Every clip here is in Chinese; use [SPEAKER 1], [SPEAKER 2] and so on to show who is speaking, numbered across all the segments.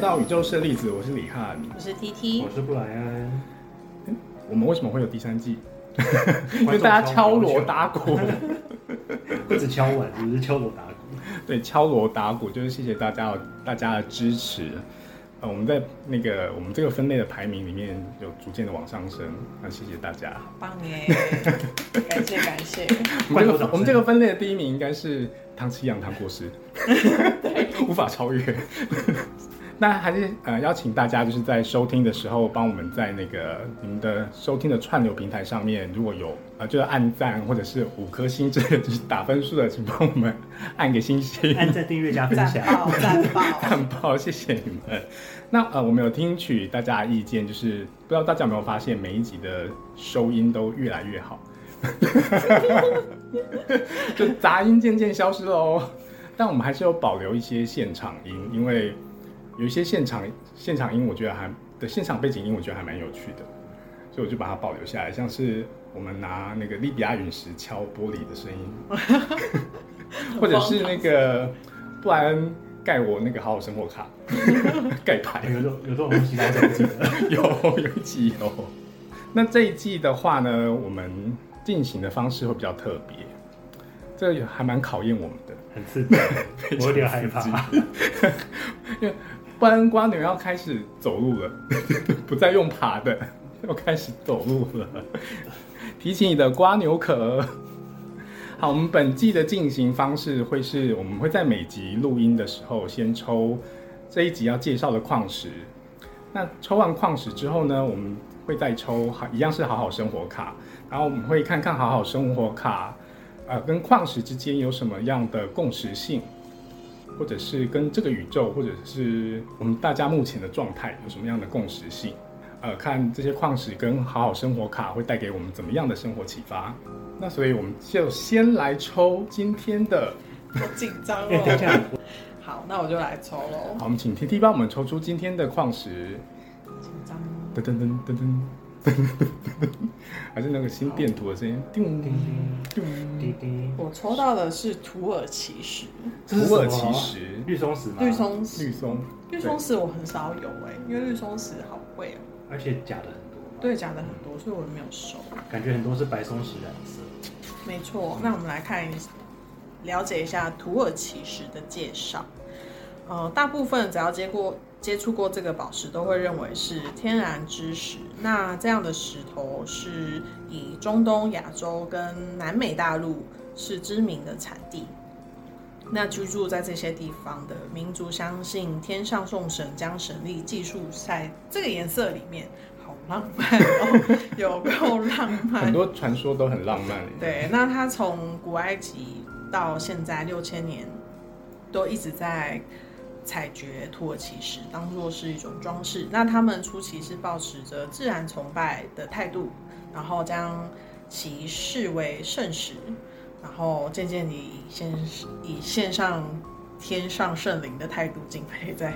[SPEAKER 1] 到宇宙射粒子，我是李翰。
[SPEAKER 2] 我是 TT，
[SPEAKER 3] 我是啊布莱恩，
[SPEAKER 1] 我们为什么会有第三季？ 因
[SPEAKER 3] 观
[SPEAKER 1] 为
[SPEAKER 3] 众
[SPEAKER 1] 大家敲锣
[SPEAKER 3] 敲
[SPEAKER 1] 打鼓，
[SPEAKER 3] 不止敲碗，只是敲锣打鼓。
[SPEAKER 1] 对，敲锣打鼓就是谢谢大家大家的支持。呃，我们在那个我们这个分类的排名里面有逐渐的往上升，那谢谢大家。
[SPEAKER 2] 好棒耶！感谢感 谢，
[SPEAKER 1] 我们这
[SPEAKER 3] 快乐掌
[SPEAKER 1] 个
[SPEAKER 3] 声
[SPEAKER 1] 我们这个分类的第一名应该是唐奇阳唐国师， 无法超越。 那还是呃邀请大家就是在收听的时候，帮我们在那个你们的收听的串流平台上面，如果有呃就是按赞或者是五颗星之类的就是打分数的，请帮我们按个星星。
[SPEAKER 3] 按赞、订阅、加分
[SPEAKER 2] 赞
[SPEAKER 3] 享。
[SPEAKER 2] 爆赞爆！
[SPEAKER 1] 很好，谢谢你们。那呃，我们有听取大家的意见，就是不知道大家有没有发现，每一集的收音都越来越好， 就杂音渐渐消失了哦。但我们还是有保留一些现场音，因为有一些现场现场音，我觉得还的现场背景音，我觉得还蛮有趣的，所以我就把它保留下来，像是我们拿那个利比亚陨石敲玻璃的声音， 或者是那个布莱恩盖我那个好好生活卡盖牌
[SPEAKER 3] 有这种有这种东西，大家记得。
[SPEAKER 1] 有有一季有。那这一季的话呢，我们进行的方式会比较特别，这也还蛮考验我们的。
[SPEAKER 3] 很刺 激，我有点害
[SPEAKER 1] 非
[SPEAKER 3] 怕
[SPEAKER 1] 常。不然瓜牛要开始走路了， 不再用爬的， 要开始走路了。提起你的瓜牛壳。好，我们本季的进行方式会是，我们会在每集录音的时候先抽这一集要介绍的矿石。那抽完矿石之后呢，我们会再抽好一样是好好生活卡，然后我们会看看好好生活卡，呃，跟矿石之间有什么样的共识性。或者是跟这个宇宙，或者是我们大家目前的状态有什么样的共识性？呃，看这些矿石跟好好生活卡会带给我们怎么样的生活启发？那所以我们就先来抽今天的，
[SPEAKER 2] 好紧张
[SPEAKER 3] 哎，等
[SPEAKER 2] 哦。
[SPEAKER 3] 一下，
[SPEAKER 2] 好，那我就来抽喽。
[SPEAKER 1] 好，我们请 T T 帮我们抽出今天的矿石，
[SPEAKER 2] 紧张，
[SPEAKER 1] 噔噔噔噔噔噔噔噔噔，还是那个心电图的声音，叮
[SPEAKER 3] 叮叮
[SPEAKER 1] 叮
[SPEAKER 3] 滴滴，
[SPEAKER 2] 我抽到的是土耳其石，
[SPEAKER 3] 这是
[SPEAKER 1] 土耳
[SPEAKER 3] 什么
[SPEAKER 1] 其石
[SPEAKER 3] 绿松石吗？
[SPEAKER 2] 绿，松
[SPEAKER 1] 绿
[SPEAKER 2] 石，
[SPEAKER 1] 松，
[SPEAKER 2] 绿松石我很少有哎，因为绿松石好贵哦。
[SPEAKER 3] 而且假的很多，
[SPEAKER 2] 对，讲的很多，所以我没有收。
[SPEAKER 3] 感觉很多是白松石染色。
[SPEAKER 2] 没错，那我们来看一了解一下土耳其石的介绍。呃，大部分只要接过接触过这个宝石，都会认为是天然之石。那这样的石头是以中东、亚洲跟南美大陆是知名的产地。那居住在这些地方的民族相信，天上送神将神力寄宿在这个颜色里面，好浪漫哦，有够浪漫哦
[SPEAKER 1] 很。多传说都很浪漫，，
[SPEAKER 2] 对，那它从古埃及到现在六千年，都一直在采掘土耳其石，当做是一种装饰。那他们初期是保持着自然崇拜的态度，然后将其视为圣石，然后渐渐地以献以献上天上圣灵的态度敬佩在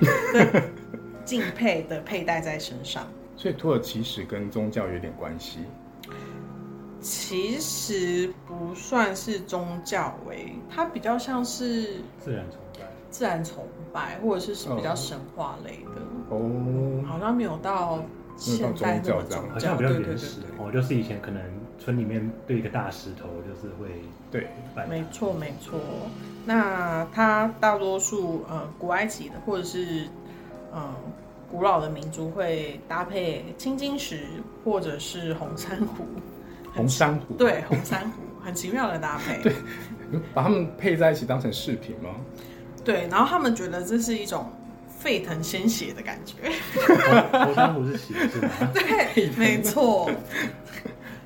[SPEAKER 2] 敬佩的佩戴在身上。
[SPEAKER 1] 所以土耳其石跟宗教有点关系，
[SPEAKER 2] 其实不算是宗教诶、它比较像是
[SPEAKER 3] 自然崇拜，
[SPEAKER 2] 自然崇拜，或者是比较神话类的，
[SPEAKER 1] 哦，
[SPEAKER 2] 好像没有到现代那么
[SPEAKER 1] 没有到宗教这样
[SPEAKER 3] 好
[SPEAKER 2] 宗
[SPEAKER 3] 像
[SPEAKER 2] 教，
[SPEAKER 3] 比较
[SPEAKER 2] 对对
[SPEAKER 3] 原
[SPEAKER 2] 对
[SPEAKER 3] 始
[SPEAKER 2] 对
[SPEAKER 3] 哦，就是以前可能村里面对一个大石头，就是会
[SPEAKER 1] 对，
[SPEAKER 3] 拜
[SPEAKER 2] 对，。没 错没错。那它大多数呃古埃及的或者是嗯、呃古老的民族会搭配青金石或者是红珊瑚，
[SPEAKER 1] 红珊瑚，嗯
[SPEAKER 2] 对红珊瑚很奇妙的搭配，对
[SPEAKER 1] 把它们配在一起当成饰品吗？
[SPEAKER 2] 对，然后他们觉得这是一种沸腾鲜血的感 觉，
[SPEAKER 3] 红珊瑚是血是吗？
[SPEAKER 2] 对，没错，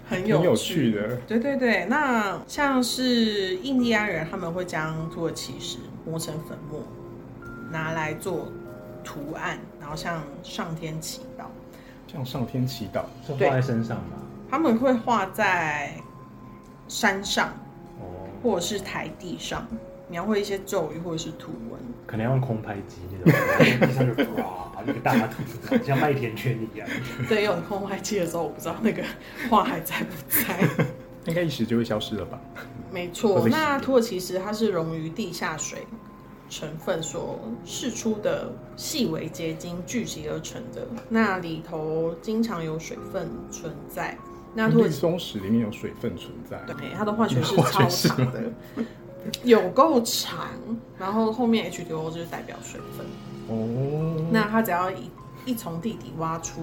[SPEAKER 2] 很
[SPEAKER 1] 挺有
[SPEAKER 2] 趣
[SPEAKER 1] 趣。的。
[SPEAKER 2] 对对对，那像是印第安人，他们会将土耳其石磨成粉末，拿来做图案，然后向上天祈祷。
[SPEAKER 1] 向上天祈祷，
[SPEAKER 3] 是画在身上吗？
[SPEAKER 2] 他们会画在山上
[SPEAKER 3] 哦，
[SPEAKER 2] 或者是台地上，描绘一些咒语或者是图 文。
[SPEAKER 3] 可能要用空拍机 那种，嗯地上就哇一个大土，像麦田圈一样。
[SPEAKER 2] 对，有空外记的时候，我不知道那个画还在不在。
[SPEAKER 1] 应该一时就会消失了吧？
[SPEAKER 2] 没
[SPEAKER 3] 会
[SPEAKER 2] 错，
[SPEAKER 3] 被洗
[SPEAKER 2] 那
[SPEAKER 3] 掉
[SPEAKER 2] 土耳其石它是溶于地下水，成分所释出的细微结晶聚集而成的，那里头经常有水分存在。那土
[SPEAKER 1] 绿
[SPEAKER 2] 耳其
[SPEAKER 1] 松石里面有水分存在，
[SPEAKER 2] 对它的化学式
[SPEAKER 1] 嗯 化
[SPEAKER 2] 超
[SPEAKER 1] 学式
[SPEAKER 2] 长的，有够长，然后后面 H2O 就是代表水分。
[SPEAKER 1] 哦，
[SPEAKER 2] 那它只要一一从地底挖出，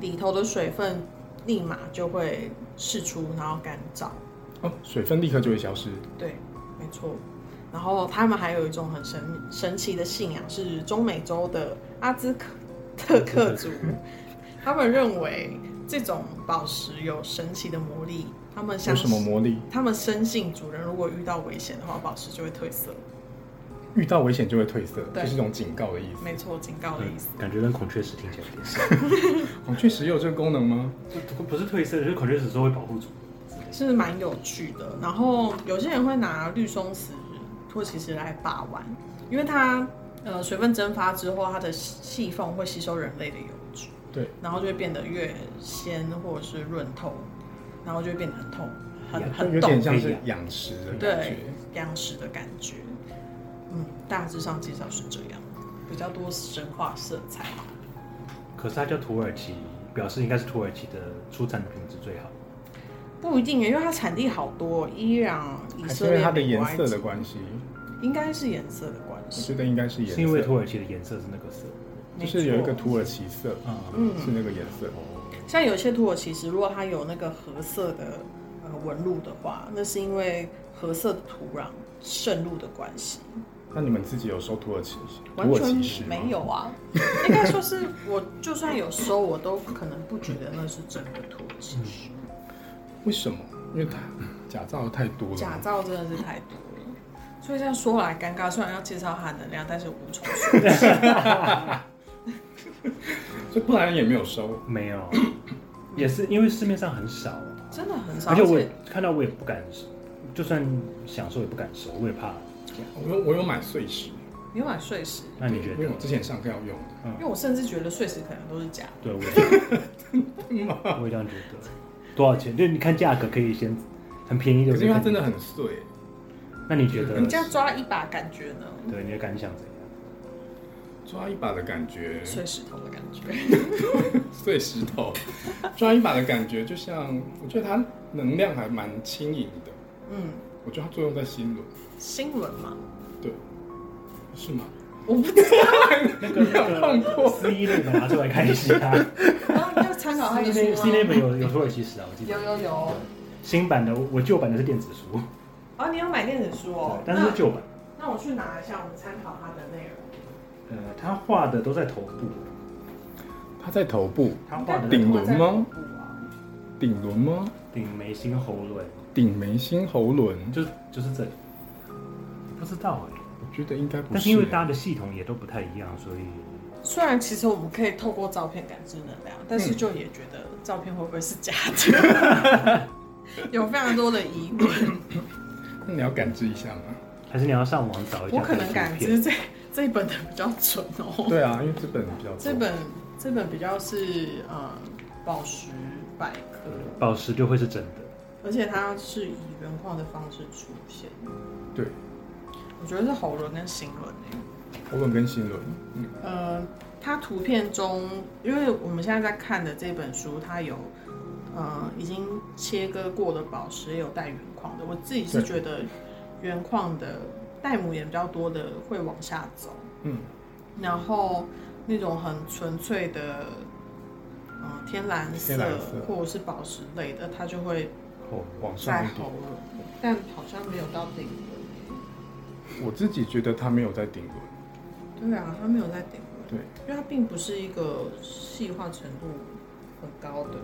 [SPEAKER 2] 里头的水分立马就会释出，然后干燥。
[SPEAKER 1] 哦，水分立刻就会消失。
[SPEAKER 2] 对，没错。然后他们还有一种很神神奇的信仰，是中美洲的阿兹克特 克族，他们认为这种宝石有神奇的魔力，他们
[SPEAKER 1] 有
[SPEAKER 2] 相
[SPEAKER 1] 什么
[SPEAKER 2] 信，
[SPEAKER 1] 魔力？
[SPEAKER 2] 他们深信主人如果遇到危险的话，宝石就会褪色。
[SPEAKER 1] 遇到危险就会褪色，
[SPEAKER 2] 对
[SPEAKER 1] 就是一种警告的意思。
[SPEAKER 2] 没错，警告的意思。
[SPEAKER 3] 感觉跟孔雀石听起来有点像。
[SPEAKER 1] 孔雀石哦有这个功能吗？
[SPEAKER 3] 不不是褪色，就是孔雀石说会保护主人之类的。
[SPEAKER 2] 是蛮有趣的。然后有些人会拿绿松石土耳其石来把玩，因为它呃水分蒸发之后，它的细缝会吸收人类的油脂，
[SPEAKER 1] 对，
[SPEAKER 2] 然后就会变得越鲜或者是润透，然后就会变得很透，很
[SPEAKER 1] 就
[SPEAKER 2] 很
[SPEAKER 1] 有
[SPEAKER 2] 懂
[SPEAKER 1] 点像是养石的感觉
[SPEAKER 2] 对。样式的感觉。嗯，大致上介绍是这样，比较多神话色彩。
[SPEAKER 3] 可是它叫土耳其，表示应该是土耳其的出产的品质最好。
[SPEAKER 2] 不一定耶，因为它产地好多，伊朗、以
[SPEAKER 1] 还是
[SPEAKER 2] 色
[SPEAKER 1] 因为
[SPEAKER 2] 列、
[SPEAKER 1] 它的
[SPEAKER 2] 美国
[SPEAKER 1] 颜
[SPEAKER 2] 埃
[SPEAKER 1] 色
[SPEAKER 2] 及
[SPEAKER 1] 的关系，
[SPEAKER 2] 应该是颜色的关
[SPEAKER 1] 我
[SPEAKER 2] 系。
[SPEAKER 1] 觉得应该是颜
[SPEAKER 3] 是因为土
[SPEAKER 1] 色，
[SPEAKER 3] 耳其的颜色是那个色。
[SPEAKER 1] 就是有一
[SPEAKER 2] 没
[SPEAKER 1] 个
[SPEAKER 2] 错
[SPEAKER 1] 土耳其色，
[SPEAKER 3] 嗯，
[SPEAKER 2] 嗯
[SPEAKER 1] 是那个颜色。哦
[SPEAKER 2] 像有些土耳其石，如果它有那个褐色的呃纹路的话，那是因为褐色的土壤渗入的关系。
[SPEAKER 1] 那你们自己有收土耳其
[SPEAKER 2] 完
[SPEAKER 1] 土耳其石
[SPEAKER 2] 全
[SPEAKER 1] 吗
[SPEAKER 2] 没？有啊，应该说是我就算有收，我都可能不觉得那是真的土耳其石。
[SPEAKER 1] 嗯为什么？因为它嗯假造太多了。
[SPEAKER 2] 假造真的是太多了，所以这样说来尴尬。虽然要介绍它的能量，但是无从说起。
[SPEAKER 1] 所以不然也没有收。
[SPEAKER 3] 没有，也是因为市面上很少啊，
[SPEAKER 2] 真的很少。
[SPEAKER 3] 而且我
[SPEAKER 2] 而
[SPEAKER 3] 也看到我也不敢，就算想收也不敢收，我也怕。
[SPEAKER 1] 我有我有买碎石，
[SPEAKER 2] 你买碎石，
[SPEAKER 3] 那你觉
[SPEAKER 1] 因为
[SPEAKER 3] 得
[SPEAKER 1] 我？之前上课要用的。
[SPEAKER 2] 啊因为我甚至觉得碎石可能都是假的。
[SPEAKER 3] 对，我也这样
[SPEAKER 2] 嗯
[SPEAKER 3] 我也 这样觉得。多少钱？就你看价格可以先很便宜的，
[SPEAKER 1] 可是因为它真的很碎，
[SPEAKER 3] 那你觉得
[SPEAKER 1] 嗯
[SPEAKER 2] 你？这样抓一把，感觉呢？
[SPEAKER 3] 对，你的感想怎样？
[SPEAKER 1] 抓一把的感觉，
[SPEAKER 2] 碎石头的感觉。
[SPEAKER 1] 碎石头， 抓一把的感觉，就像我觉得它能量还蛮轻盈的。
[SPEAKER 2] 嗯，
[SPEAKER 1] 我觉得它作用在心轮，
[SPEAKER 2] 新闻嘛，
[SPEAKER 1] 对，是吗？
[SPEAKER 2] 我不知
[SPEAKER 3] 那
[SPEAKER 1] 你有看过
[SPEAKER 3] C 一类的拿出来看一下。
[SPEAKER 2] 道，要参考他的
[SPEAKER 3] C 类 C
[SPEAKER 2] 书
[SPEAKER 3] 类
[SPEAKER 2] 吗？
[SPEAKER 3] 本有有土耳其史啊，我记得
[SPEAKER 2] 有有有，
[SPEAKER 3] 新版的，我旧版的是电子书，
[SPEAKER 2] 哦，你有买电子书哦？
[SPEAKER 3] 但是旧版，
[SPEAKER 2] 那那我去拿一下，我们参考它的内容。
[SPEAKER 3] 呃，他画的都在头部，
[SPEAKER 1] 它在头部，
[SPEAKER 3] 他画的
[SPEAKER 1] 顶
[SPEAKER 3] 顶
[SPEAKER 1] 轮吗
[SPEAKER 2] 不啊？
[SPEAKER 1] 顶轮吗？
[SPEAKER 3] 顶眉心喉轮，
[SPEAKER 1] 顶眉心喉轮，
[SPEAKER 3] 就是就是这里，不知道哎、
[SPEAKER 1] 我觉得应该不是。
[SPEAKER 3] 但是因为大家的系统也都不太一样，所以
[SPEAKER 2] 虽然其实我们可以透过照片感知能量，但是就也觉得照片会不会是假的？ 有非常多的疑问，
[SPEAKER 1] 那你要感知一下吗？
[SPEAKER 3] 还是你要上网找一下
[SPEAKER 2] 我
[SPEAKER 3] 这
[SPEAKER 2] 可
[SPEAKER 3] 个
[SPEAKER 2] 能
[SPEAKER 3] 图
[SPEAKER 2] 感
[SPEAKER 3] 片
[SPEAKER 2] 知。这这一本的比较准哦。
[SPEAKER 1] 对啊，因为这本比较多
[SPEAKER 2] 这本这本比较是呃宝石百科，
[SPEAKER 3] 宝石就会是真的，
[SPEAKER 2] 而且它是以原矿的方式出现。
[SPEAKER 1] 对
[SPEAKER 2] 我觉得是喉轮跟欸心轮诶。
[SPEAKER 1] 喉轮跟心轮，嗯，
[SPEAKER 2] 呃，它图片中，因为我们现在在看的这本书，它有呃已经切割过的宝石，也有带原矿的。我自己是觉得原矿的带母岩比较多的会往下走，
[SPEAKER 1] 嗯，
[SPEAKER 2] 然后那种很纯粹的。呃天蓝色
[SPEAKER 1] 天蓝色
[SPEAKER 2] 或者是宝石类的，它就会
[SPEAKER 3] 哦
[SPEAKER 1] 后往上
[SPEAKER 2] 在
[SPEAKER 1] 一点。
[SPEAKER 2] 喉轮，但好像没有到顶轮。
[SPEAKER 1] 我自己觉得它没有在顶轮，
[SPEAKER 2] 对啊，它没有在顶轮，
[SPEAKER 1] 对
[SPEAKER 2] 因为它并不是一个细化程度很高的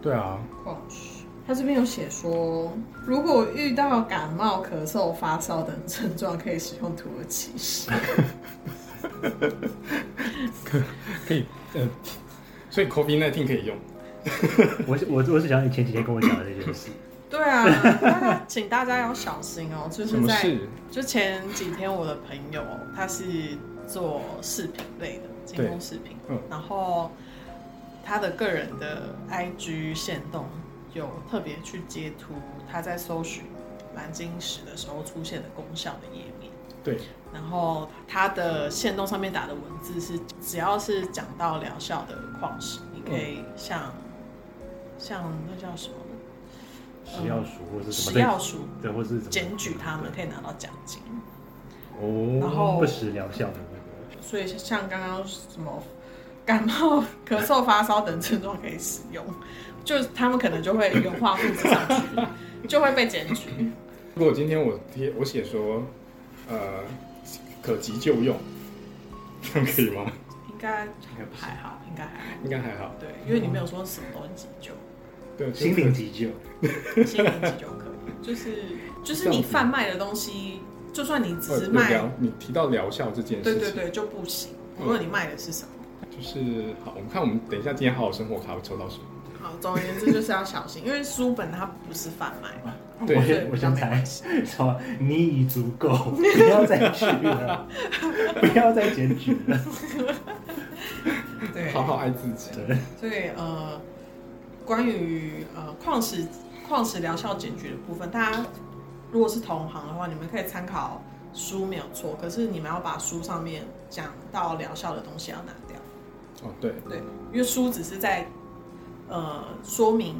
[SPEAKER 1] 对啊，
[SPEAKER 2] 矿石。它这边有写说，如果遇到感冒、咳嗽、发烧等症状，可以使用土耳其石。
[SPEAKER 1] 可以，呃，所以 COVID 1 9可以用，
[SPEAKER 3] 我是我我是想你前几天跟我讲的这件事，
[SPEAKER 2] 对啊，大家请大家要小心哦，就
[SPEAKER 1] 什
[SPEAKER 2] 是
[SPEAKER 1] 么
[SPEAKER 2] 在
[SPEAKER 1] 事？
[SPEAKER 2] 就前几天我的朋友他是做饰品类的，精工饰品，
[SPEAKER 1] 嗯
[SPEAKER 2] 然后他的个人的 IG 线动有特别去截图他在搜寻蓝晶石的时候出现的功效的页面，
[SPEAKER 1] 对，
[SPEAKER 2] 然后它的线动上面打的文字是，只要是讲到疗效的矿石，你可以像、像那叫什么
[SPEAKER 3] 食药署或是什么
[SPEAKER 2] 食药署
[SPEAKER 3] 对，或是什么
[SPEAKER 2] 检举他们，可以拿到奖金。
[SPEAKER 3] 哦，
[SPEAKER 2] 然后
[SPEAKER 3] 不时疗效的那
[SPEAKER 2] 所以像刚刚什么感冒、咳嗽、发烧等症状可以使用，就是他们可能就会原话复制上去，就会被检举。
[SPEAKER 1] 如果今天我贴我写说，呃，可急救用，这样可以吗？
[SPEAKER 2] 应该还好，应该还好。
[SPEAKER 1] 应该还好。
[SPEAKER 2] 对，因为你没有说什么东西急救，
[SPEAKER 1] 对，
[SPEAKER 3] 个心灵急救，
[SPEAKER 2] 心灵急救可以，就是就是你贩卖的东西，就算你只
[SPEAKER 1] 呃
[SPEAKER 2] 是
[SPEAKER 1] 那
[SPEAKER 2] 卖，
[SPEAKER 1] 疗，你提到疗效这件事
[SPEAKER 2] 对
[SPEAKER 1] 情，
[SPEAKER 2] 对对就不行。
[SPEAKER 1] 嗯
[SPEAKER 2] 无论你卖的是什么，
[SPEAKER 1] 就是好，我们看我们等一下今天好好生活卡会抽到什么？
[SPEAKER 2] 好，总而言之就是要小心，因为书本它不是贩卖嘛，
[SPEAKER 1] 对
[SPEAKER 3] 我
[SPEAKER 2] 所
[SPEAKER 3] 先
[SPEAKER 2] 以
[SPEAKER 3] 我
[SPEAKER 2] 比较
[SPEAKER 3] 先
[SPEAKER 2] 没
[SPEAKER 3] 猜
[SPEAKER 2] 关系。
[SPEAKER 3] 说你已足够， 不要再去了， 不要再检举了。
[SPEAKER 2] 对，
[SPEAKER 1] 好好爱自己。
[SPEAKER 3] 对，
[SPEAKER 2] 所以呃，关于呃矿石矿石疗效检举的部分，大家如果是同行的话，你们可以参考书没有错，可是你们要把书上面讲到疗效的东西要啊拿掉，
[SPEAKER 1] 哦，对，
[SPEAKER 2] 对，因为书只是在呃说明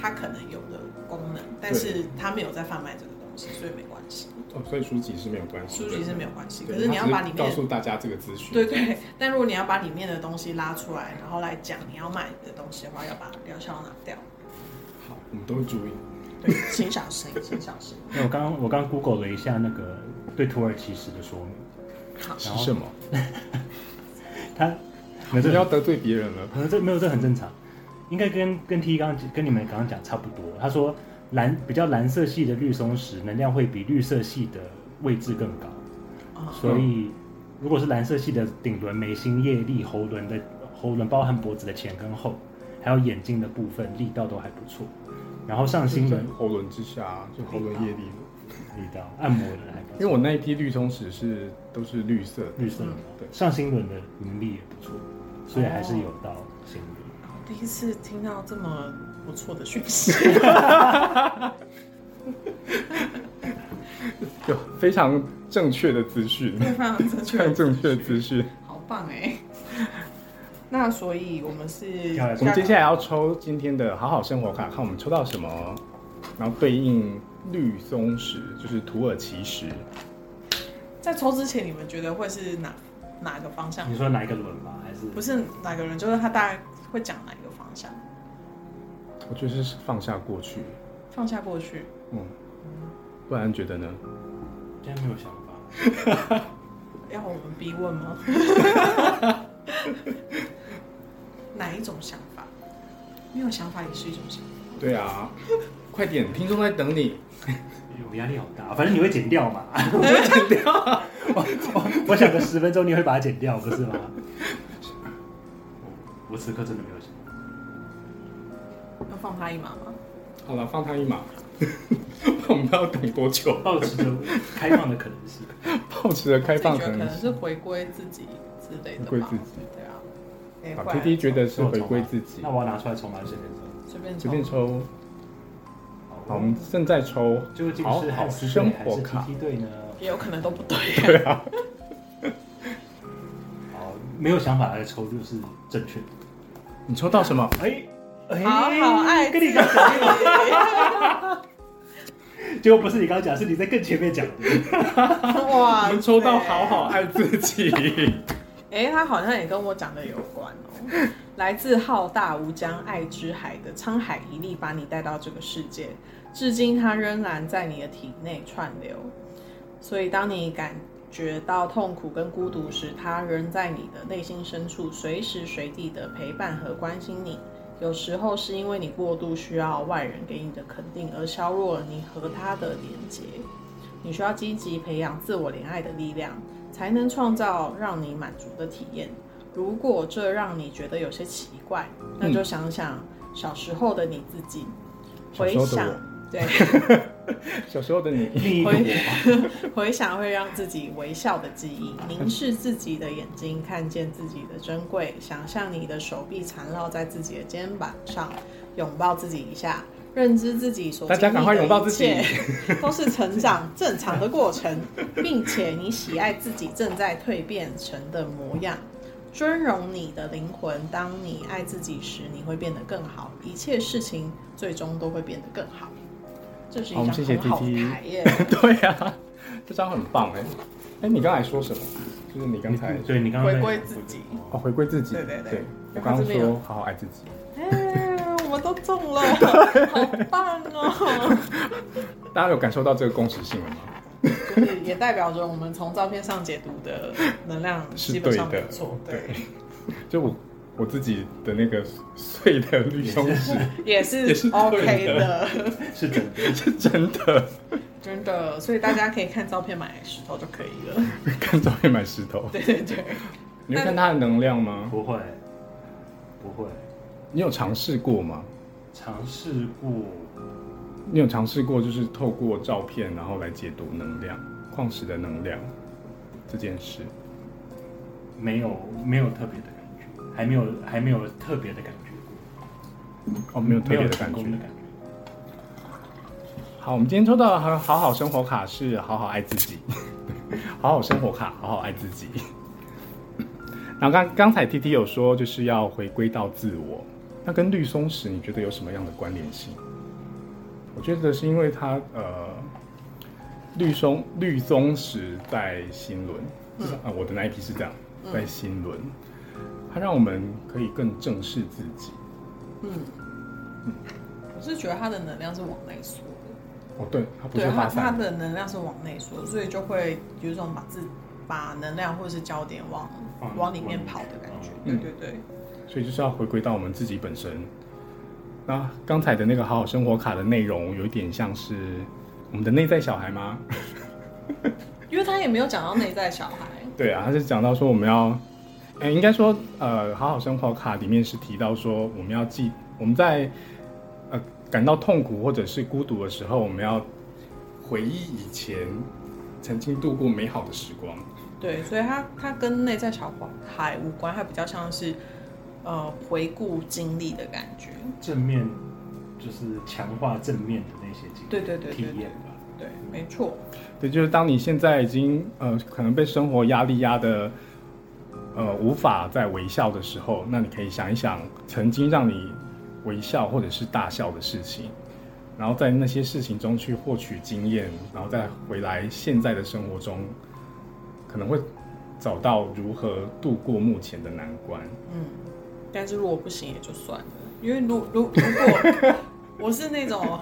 [SPEAKER 2] 它可能有呃的功能，但是它没有在贩卖这个东西，所以没关系，
[SPEAKER 1] 哦，所以书籍是没有关系
[SPEAKER 2] 书
[SPEAKER 1] 的，
[SPEAKER 2] 籍是没有关系，
[SPEAKER 1] 对
[SPEAKER 2] 可是你要
[SPEAKER 1] 它
[SPEAKER 2] 把
[SPEAKER 1] 只
[SPEAKER 2] 里
[SPEAKER 1] 告
[SPEAKER 2] 面
[SPEAKER 1] 诉大家这个资讯。
[SPEAKER 2] 对对，但如果你要把里面的东西拉出来，然后来讲你要卖的东西的话，要把疗效拿掉。
[SPEAKER 1] 好，我们都会注意。
[SPEAKER 2] 对，请小心，请小心。
[SPEAKER 3] 那我刚刚我刚 Google 了一下那个对土耳其史的说明，
[SPEAKER 2] 好，
[SPEAKER 1] 是
[SPEAKER 3] 然后
[SPEAKER 1] 什么？
[SPEAKER 3] 它没有
[SPEAKER 1] 不
[SPEAKER 3] 这
[SPEAKER 1] 要得罪别人了。
[SPEAKER 3] 可能这没有这很正常，应该跟跟 T 刚跟你们刚刚讲差不多。他说蓝比较蓝色系的绿松石能量会比绿色系的位置更高，
[SPEAKER 2] 啊、
[SPEAKER 3] 所以如果是蓝色系的顶轮、眉心、叶力、喉轮的喉轮包含脖子的前跟后，还有眼睛的部分力道都还不错，然后上心轮
[SPEAKER 1] 就是喉轮之下，就喉轮业力。
[SPEAKER 3] 力道按摩的还不
[SPEAKER 1] 因为
[SPEAKER 3] 错，
[SPEAKER 1] 我那一批绿松石是都是绿色的，
[SPEAKER 3] 绿色的
[SPEAKER 1] 对
[SPEAKER 3] 上心轮的能力也不错，所以还是有到心轮。
[SPEAKER 2] 第一次听到这么不错的讯息，
[SPEAKER 1] 有非常正确的资 讯，
[SPEAKER 2] 非常正
[SPEAKER 1] 非常
[SPEAKER 2] 确，
[SPEAKER 1] 正确的资讯。
[SPEAKER 2] 好棒哎！那所以我们是，
[SPEAKER 3] 要来
[SPEAKER 1] 我们接下来要抽今天的好好生活卡，看我们抽到什么，然后对应绿松石，就是土耳其石。
[SPEAKER 2] 在抽之前，你们觉得会是哪哪个方向
[SPEAKER 3] 你？说哪一个轮吗？还哦是
[SPEAKER 2] 不是哪个人，就是他大概会讲哪一个方向，
[SPEAKER 1] 我觉得是放下过去，
[SPEAKER 2] 放下过去。
[SPEAKER 1] 嗯，不然觉得呢？
[SPEAKER 3] 现在没有想法？
[SPEAKER 2] 要我们逼问吗？ 哪一种想法？没有想法也是一种想法。
[SPEAKER 1] 对啊， 快点，听众在等你。
[SPEAKER 3] 我压力好大，反正你会剪掉 嘛，我会剪掉，我我我想个十分钟，你会把它剪掉，不是吗？我我此刻真的没有想法，
[SPEAKER 2] 要放他一马吗？
[SPEAKER 1] 好了，放他 一马。我们要等多久？
[SPEAKER 3] 保持着开放的可能性。
[SPEAKER 1] 保持着开
[SPEAKER 2] 自己
[SPEAKER 1] 放啊
[SPEAKER 2] 觉
[SPEAKER 1] 可
[SPEAKER 2] 得可
[SPEAKER 1] 能
[SPEAKER 2] 能
[SPEAKER 1] 性。
[SPEAKER 2] 是回归自己之类的吧。
[SPEAKER 1] 回归自己
[SPEAKER 2] 对啊。哎
[SPEAKER 1] 啊
[SPEAKER 2] 不然
[SPEAKER 1] T T 觉得是回归自己
[SPEAKER 3] 那。我要拿出来重来这边
[SPEAKER 2] 随便
[SPEAKER 1] 随便
[SPEAKER 2] 抽。
[SPEAKER 1] 抽，好，我们正在抽
[SPEAKER 3] 究竟
[SPEAKER 1] 好
[SPEAKER 3] 是
[SPEAKER 1] 好
[SPEAKER 3] 汉斯
[SPEAKER 1] 生
[SPEAKER 3] 队还
[SPEAKER 1] 活
[SPEAKER 3] 是 T
[SPEAKER 1] 卡
[SPEAKER 3] T 队呢？
[SPEAKER 2] 也有可能都不对、
[SPEAKER 1] 啊
[SPEAKER 3] 好，没有想法来抽就是正确的。
[SPEAKER 1] 你抽到什 么？
[SPEAKER 3] 哎哎，
[SPEAKER 2] 好好爱
[SPEAKER 3] 跟 你
[SPEAKER 2] 自
[SPEAKER 3] 讲，
[SPEAKER 2] 己
[SPEAKER 3] 结果不是你刚刚讲，是你在更前面讲的。
[SPEAKER 2] 哇
[SPEAKER 1] 我们抽到好好。爱自己。
[SPEAKER 2] 哎、他好像也跟我讲的有关哦。 来自浩大无疆爱之海的沧海一粟，把你带到这个世界，至今它仍然在你的体内串流。所以，当你感觉到痛苦跟孤独时，它仍在你的内心深处，随时随地的陪伴和关心你。有时候是因为你过度需要外人给你的肯定，而削弱了你和他的连接。你需要积极培养自我怜爱的力量，才能创造让你满足的体验。如果这让你觉得有些奇怪，那就想想小时候的你自己，
[SPEAKER 1] 小
[SPEAKER 2] 回
[SPEAKER 1] 时候的
[SPEAKER 2] 想
[SPEAKER 1] 我，
[SPEAKER 2] 对，
[SPEAKER 1] 小时候的你，
[SPEAKER 3] 另一个我，
[SPEAKER 2] 回想会让自己微笑的记 忆，凝视自己的眼睛，看见自己的珍贵，想象你的手臂缠绕在自己的肩膀上，拥抱自己一下，认知自己所
[SPEAKER 1] 大家赶快拥抱自己
[SPEAKER 2] 经历的一切 都是成长正常的过程，并且你喜爱自己正在蜕变成的模样，尊荣你的灵魂。当你爱自己时，你会变得更好，一切事情最终都会变得更好。这是一
[SPEAKER 1] 好我
[SPEAKER 2] 张
[SPEAKER 1] 们谢谢
[SPEAKER 2] 很好
[SPEAKER 1] TT
[SPEAKER 2] 的牌耶！
[SPEAKER 1] 对啊呀、这张很棒哎、哎，你刚才说什么？就是你刚才
[SPEAKER 3] 对你刚刚
[SPEAKER 2] 回
[SPEAKER 3] 在
[SPEAKER 2] 归自己。
[SPEAKER 1] 哦，回归自己。
[SPEAKER 2] 对对对
[SPEAKER 1] 我刚刚
[SPEAKER 2] 然后这边有
[SPEAKER 1] 说好好爱自己。
[SPEAKER 2] 哎，我们都中 了，好棒哦！
[SPEAKER 1] 大家有感受到这个共识性了吗？
[SPEAKER 2] 就是也代表着我们从照片上解读的能量
[SPEAKER 1] 是
[SPEAKER 2] 基本上
[SPEAKER 1] 对
[SPEAKER 2] 没
[SPEAKER 1] 的
[SPEAKER 2] 错，
[SPEAKER 1] 对 就我我自己的那个碎的绿松石
[SPEAKER 2] 也
[SPEAKER 1] 也
[SPEAKER 2] 是
[SPEAKER 1] 是对的
[SPEAKER 2] OK 的，
[SPEAKER 3] 是真的，
[SPEAKER 1] 是真的，
[SPEAKER 2] 真的。所以大家可以看照片买石头就可以 了。
[SPEAKER 1] 看照片买石头。
[SPEAKER 2] 对对对，
[SPEAKER 1] 你会看它的能量吗？
[SPEAKER 3] 不会，不会
[SPEAKER 1] 你有尝试过吗？
[SPEAKER 3] 尝试过，
[SPEAKER 1] 你有尝试过就是透过照片然后来解读能量、矿石的能量这件事？
[SPEAKER 3] 没有没有特别的感觉，还没有还没有特别的感觉过，
[SPEAKER 1] 哦，没有特别的
[SPEAKER 3] 成
[SPEAKER 1] 感觉
[SPEAKER 3] 功。的感觉。
[SPEAKER 1] 好，我们今天抽到的好好生活卡是好好爱自己， 好好生活卡，好好爱自己。然后刚刚才 T T 有说就是要回归到自我，那跟绿松石你觉得有什么样的关联性？我觉得是因为它呃，绿松绿松石在新轮，
[SPEAKER 2] 嗯
[SPEAKER 1] 至少啊、我的那一批是这样，在新轮，它让我们可以更正视自己。
[SPEAKER 2] 嗯，我是觉得它的能量是往内缩的，
[SPEAKER 1] 哦，对，它不
[SPEAKER 2] 对
[SPEAKER 1] 是发
[SPEAKER 2] 它它
[SPEAKER 1] 散，
[SPEAKER 2] 的能量是往内缩，所以就会有一种把自把能量或是焦点往
[SPEAKER 3] 往
[SPEAKER 2] 往里面跑的感觉。对
[SPEAKER 1] 嗯
[SPEAKER 2] 对对，
[SPEAKER 1] 所以就是要回归到我们自己本身。那刚才的那个好好生活卡的内容，有一点像是我们的内在小孩吗？
[SPEAKER 2] 因为他也没有讲到内在小孩。
[SPEAKER 1] 对啊，他是讲到说我们要，哎，应该说，呃，好好生活卡里面是提到说我们要记，我们在呃感到痛苦或者是孤独的时候，我们要回忆以前曾经度过美好的时光。
[SPEAKER 2] 对，所以它它跟内在小孩无关，它比较像是呃回顾经历的感觉。
[SPEAKER 3] 正面就是强化正面的那些经
[SPEAKER 2] 对对对对
[SPEAKER 3] 体
[SPEAKER 2] 对
[SPEAKER 3] 验吧。
[SPEAKER 2] 对，没错。
[SPEAKER 1] 对，就是当你现在已经呃可能被生活压力压的呃无法再微笑的时候，那你可以想一想曾经让你微笑或者是大笑的事情，然后在那些事情中去获取经验，然后再回来现在的生活中，可能会找到如何度过目前的难关。
[SPEAKER 2] 嗯，但是如果不行也就算了，因为如如如果我是那 种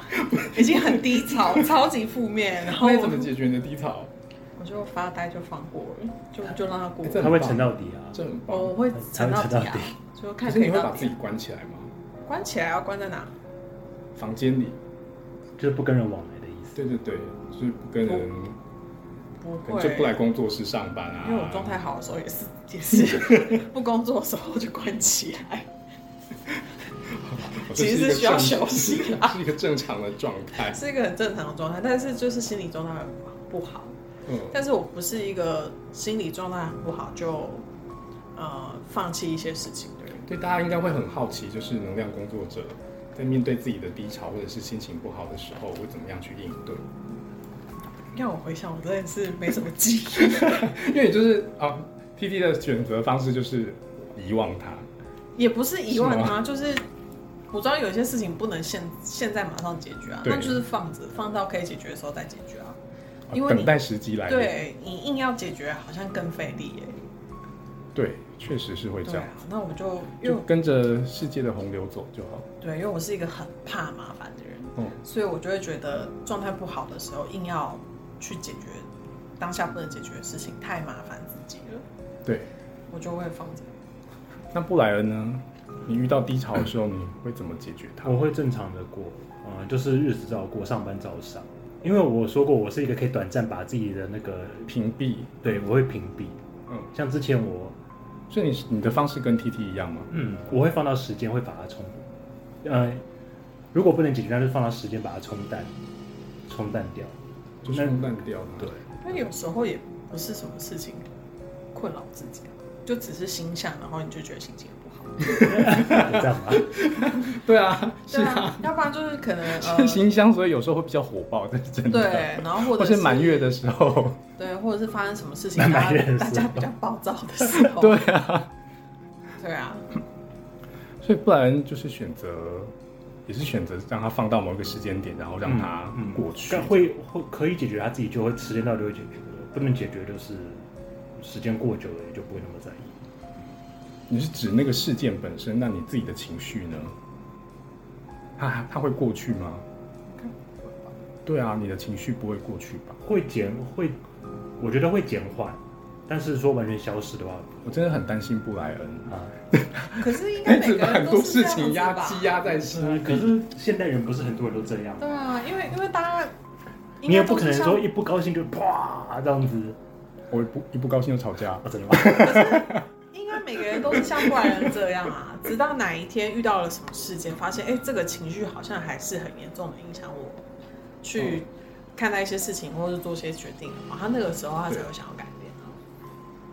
[SPEAKER 2] 已经很低潮、超级负面，然后
[SPEAKER 1] 那你
[SPEAKER 2] 我
[SPEAKER 1] 怎么解决你的低潮？
[SPEAKER 2] 我就发呆就放过了，就就让它过
[SPEAKER 1] 哎。这
[SPEAKER 3] 它会沉到底啊，
[SPEAKER 1] 这很
[SPEAKER 2] 哦
[SPEAKER 1] 棒。
[SPEAKER 2] 我会沉到底
[SPEAKER 3] 沉到
[SPEAKER 2] 啊
[SPEAKER 3] 底，
[SPEAKER 2] 就看
[SPEAKER 1] 可是
[SPEAKER 2] 可
[SPEAKER 1] 你
[SPEAKER 2] 以
[SPEAKER 1] 会
[SPEAKER 2] 到
[SPEAKER 1] 把自
[SPEAKER 2] 底
[SPEAKER 1] 己。关起来吗？
[SPEAKER 2] 关起来要关在哪？
[SPEAKER 1] 房间里？
[SPEAKER 3] 就是不跟人往来的意思。
[SPEAKER 1] 对对对，就是不跟人。
[SPEAKER 2] 哦不
[SPEAKER 1] 可能就不来
[SPEAKER 2] 会。
[SPEAKER 1] 工作室上班啊。
[SPEAKER 2] 因为我状态好的时候也是也 是不工作的时候就关起来，
[SPEAKER 1] 我这一个
[SPEAKER 2] 其实是需要
[SPEAKER 1] 正
[SPEAKER 2] 休息啊
[SPEAKER 1] 是一个正常的状态。
[SPEAKER 2] 是一个很正常的状态，但是就是心理状态很不好。
[SPEAKER 1] 嗯，
[SPEAKER 2] 但是我不是一个心理状态很不好就呃放弃一些事情的人。
[SPEAKER 1] 对，大家应该会很好奇，就是能量工作者在面对自己的低潮或者是心情不好的时候，会怎么样去应对？
[SPEAKER 2] 让我回想，我真的是没什么记忆。
[SPEAKER 1] 因为就是啊，T T 的选择方式就是遗忘它。啊
[SPEAKER 2] 也不是遗忘
[SPEAKER 1] 是
[SPEAKER 2] 它，就是我知道有些事情不能现现在马上解决啊，
[SPEAKER 1] 对
[SPEAKER 2] 那就是放着，放到可以解决的时候再解决啊。
[SPEAKER 1] 啊
[SPEAKER 2] 因为
[SPEAKER 1] 等
[SPEAKER 2] 你
[SPEAKER 1] 待时机来临，
[SPEAKER 2] 对你硬要解决，好像更费力耶、
[SPEAKER 1] 对，确实是会这
[SPEAKER 2] 对
[SPEAKER 1] 样
[SPEAKER 2] 啊，，那我就因为
[SPEAKER 1] 就
[SPEAKER 2] 我
[SPEAKER 1] 跟着世界的洪流走就好。
[SPEAKER 2] 对，因为我是一个很怕麻烦的人，
[SPEAKER 1] 嗯，
[SPEAKER 2] 所以我就会觉得状态不好的时候，硬要去解决当下不能解决的事情，太麻烦自己了，
[SPEAKER 1] 对。
[SPEAKER 2] 我就会放着。
[SPEAKER 1] 那布莱恩呢？你遇到低潮的时候，你会怎么解决它？
[SPEAKER 3] 我会正常的过，嗯，就是日子照过，上班照上。因为我说过，我是一个可以短暂把自己的那个，
[SPEAKER 1] 屏蔽，
[SPEAKER 3] 对我会屏蔽。
[SPEAKER 1] 嗯，
[SPEAKER 3] 像之前我，
[SPEAKER 1] 所以你你的方式跟 T T 一样吗？
[SPEAKER 3] 嗯，我会放到时间，会把它冲，呃，如果不能解决，那就放到时间把它冲淡，冲淡掉。
[SPEAKER 1] 就冲淡掉它。
[SPEAKER 3] 对，
[SPEAKER 2] 那有时候也不是什么事情困扰自己啊，就只是心想，然后你就觉得心情不好。
[SPEAKER 3] 这样吧，
[SPEAKER 1] 对啊，是
[SPEAKER 2] 对
[SPEAKER 1] 啊，
[SPEAKER 2] 啊，要不然就是可能
[SPEAKER 1] 是
[SPEAKER 2] 呃，
[SPEAKER 1] 行香，所以有时候会比较火爆，这是真的。
[SPEAKER 2] 对，，然后或
[SPEAKER 1] 或
[SPEAKER 2] 者
[SPEAKER 1] 是满月的时候，
[SPEAKER 2] 对，或者是发生什么事情，
[SPEAKER 3] 满
[SPEAKER 2] 大
[SPEAKER 3] 月
[SPEAKER 2] 家
[SPEAKER 3] 的
[SPEAKER 2] 大
[SPEAKER 3] 时
[SPEAKER 2] 家
[SPEAKER 3] 候
[SPEAKER 2] 比较暴躁的时 候，
[SPEAKER 1] 对啊，
[SPEAKER 2] 对啊，
[SPEAKER 1] 所以不然就是选择，也是选择让它放到某一个时间点，然后让它
[SPEAKER 3] 嗯
[SPEAKER 1] 过去。
[SPEAKER 3] 但会会可以解决，他自己就会时间到就会解决的，不能解决就是时间过久了也就不会那么在意。
[SPEAKER 1] 你是指那个事件本身，那你自己的情绪呢？它它会过去吗？对啊，你的情绪不会过去吧？
[SPEAKER 3] 会减会，我觉得会减缓，但是说完全消失的话，
[SPEAKER 1] 我真的很担心布莱恩，
[SPEAKER 3] 啊，
[SPEAKER 2] 可是应该
[SPEAKER 1] 一
[SPEAKER 2] 每
[SPEAKER 1] 直
[SPEAKER 2] 个
[SPEAKER 1] 把
[SPEAKER 2] 人
[SPEAKER 1] 哎很
[SPEAKER 2] 都
[SPEAKER 1] 多
[SPEAKER 2] 是
[SPEAKER 1] 事
[SPEAKER 2] 这
[SPEAKER 1] 情
[SPEAKER 2] 样子
[SPEAKER 1] 压啊
[SPEAKER 2] 吧
[SPEAKER 1] 积？压在心里。
[SPEAKER 3] 可是现代人不是很多人都这样，
[SPEAKER 2] 对啊，因为因为大家应
[SPEAKER 3] 你也
[SPEAKER 2] 该
[SPEAKER 3] 不
[SPEAKER 2] 都
[SPEAKER 3] 可
[SPEAKER 2] 是
[SPEAKER 3] 能
[SPEAKER 2] 像
[SPEAKER 3] 说一不高兴就啪这样子，
[SPEAKER 1] 我不一不高兴就吵架
[SPEAKER 3] 啊，，真的吗？
[SPEAKER 2] 应该每个人都是像布莱恩这样 啊，直到哪一天遇到了什么事件，发现哎、诶这个情绪好像还是很严重的影响我去看待一些事情，或是做些决定的话，他那个时候他才会想要改变啊。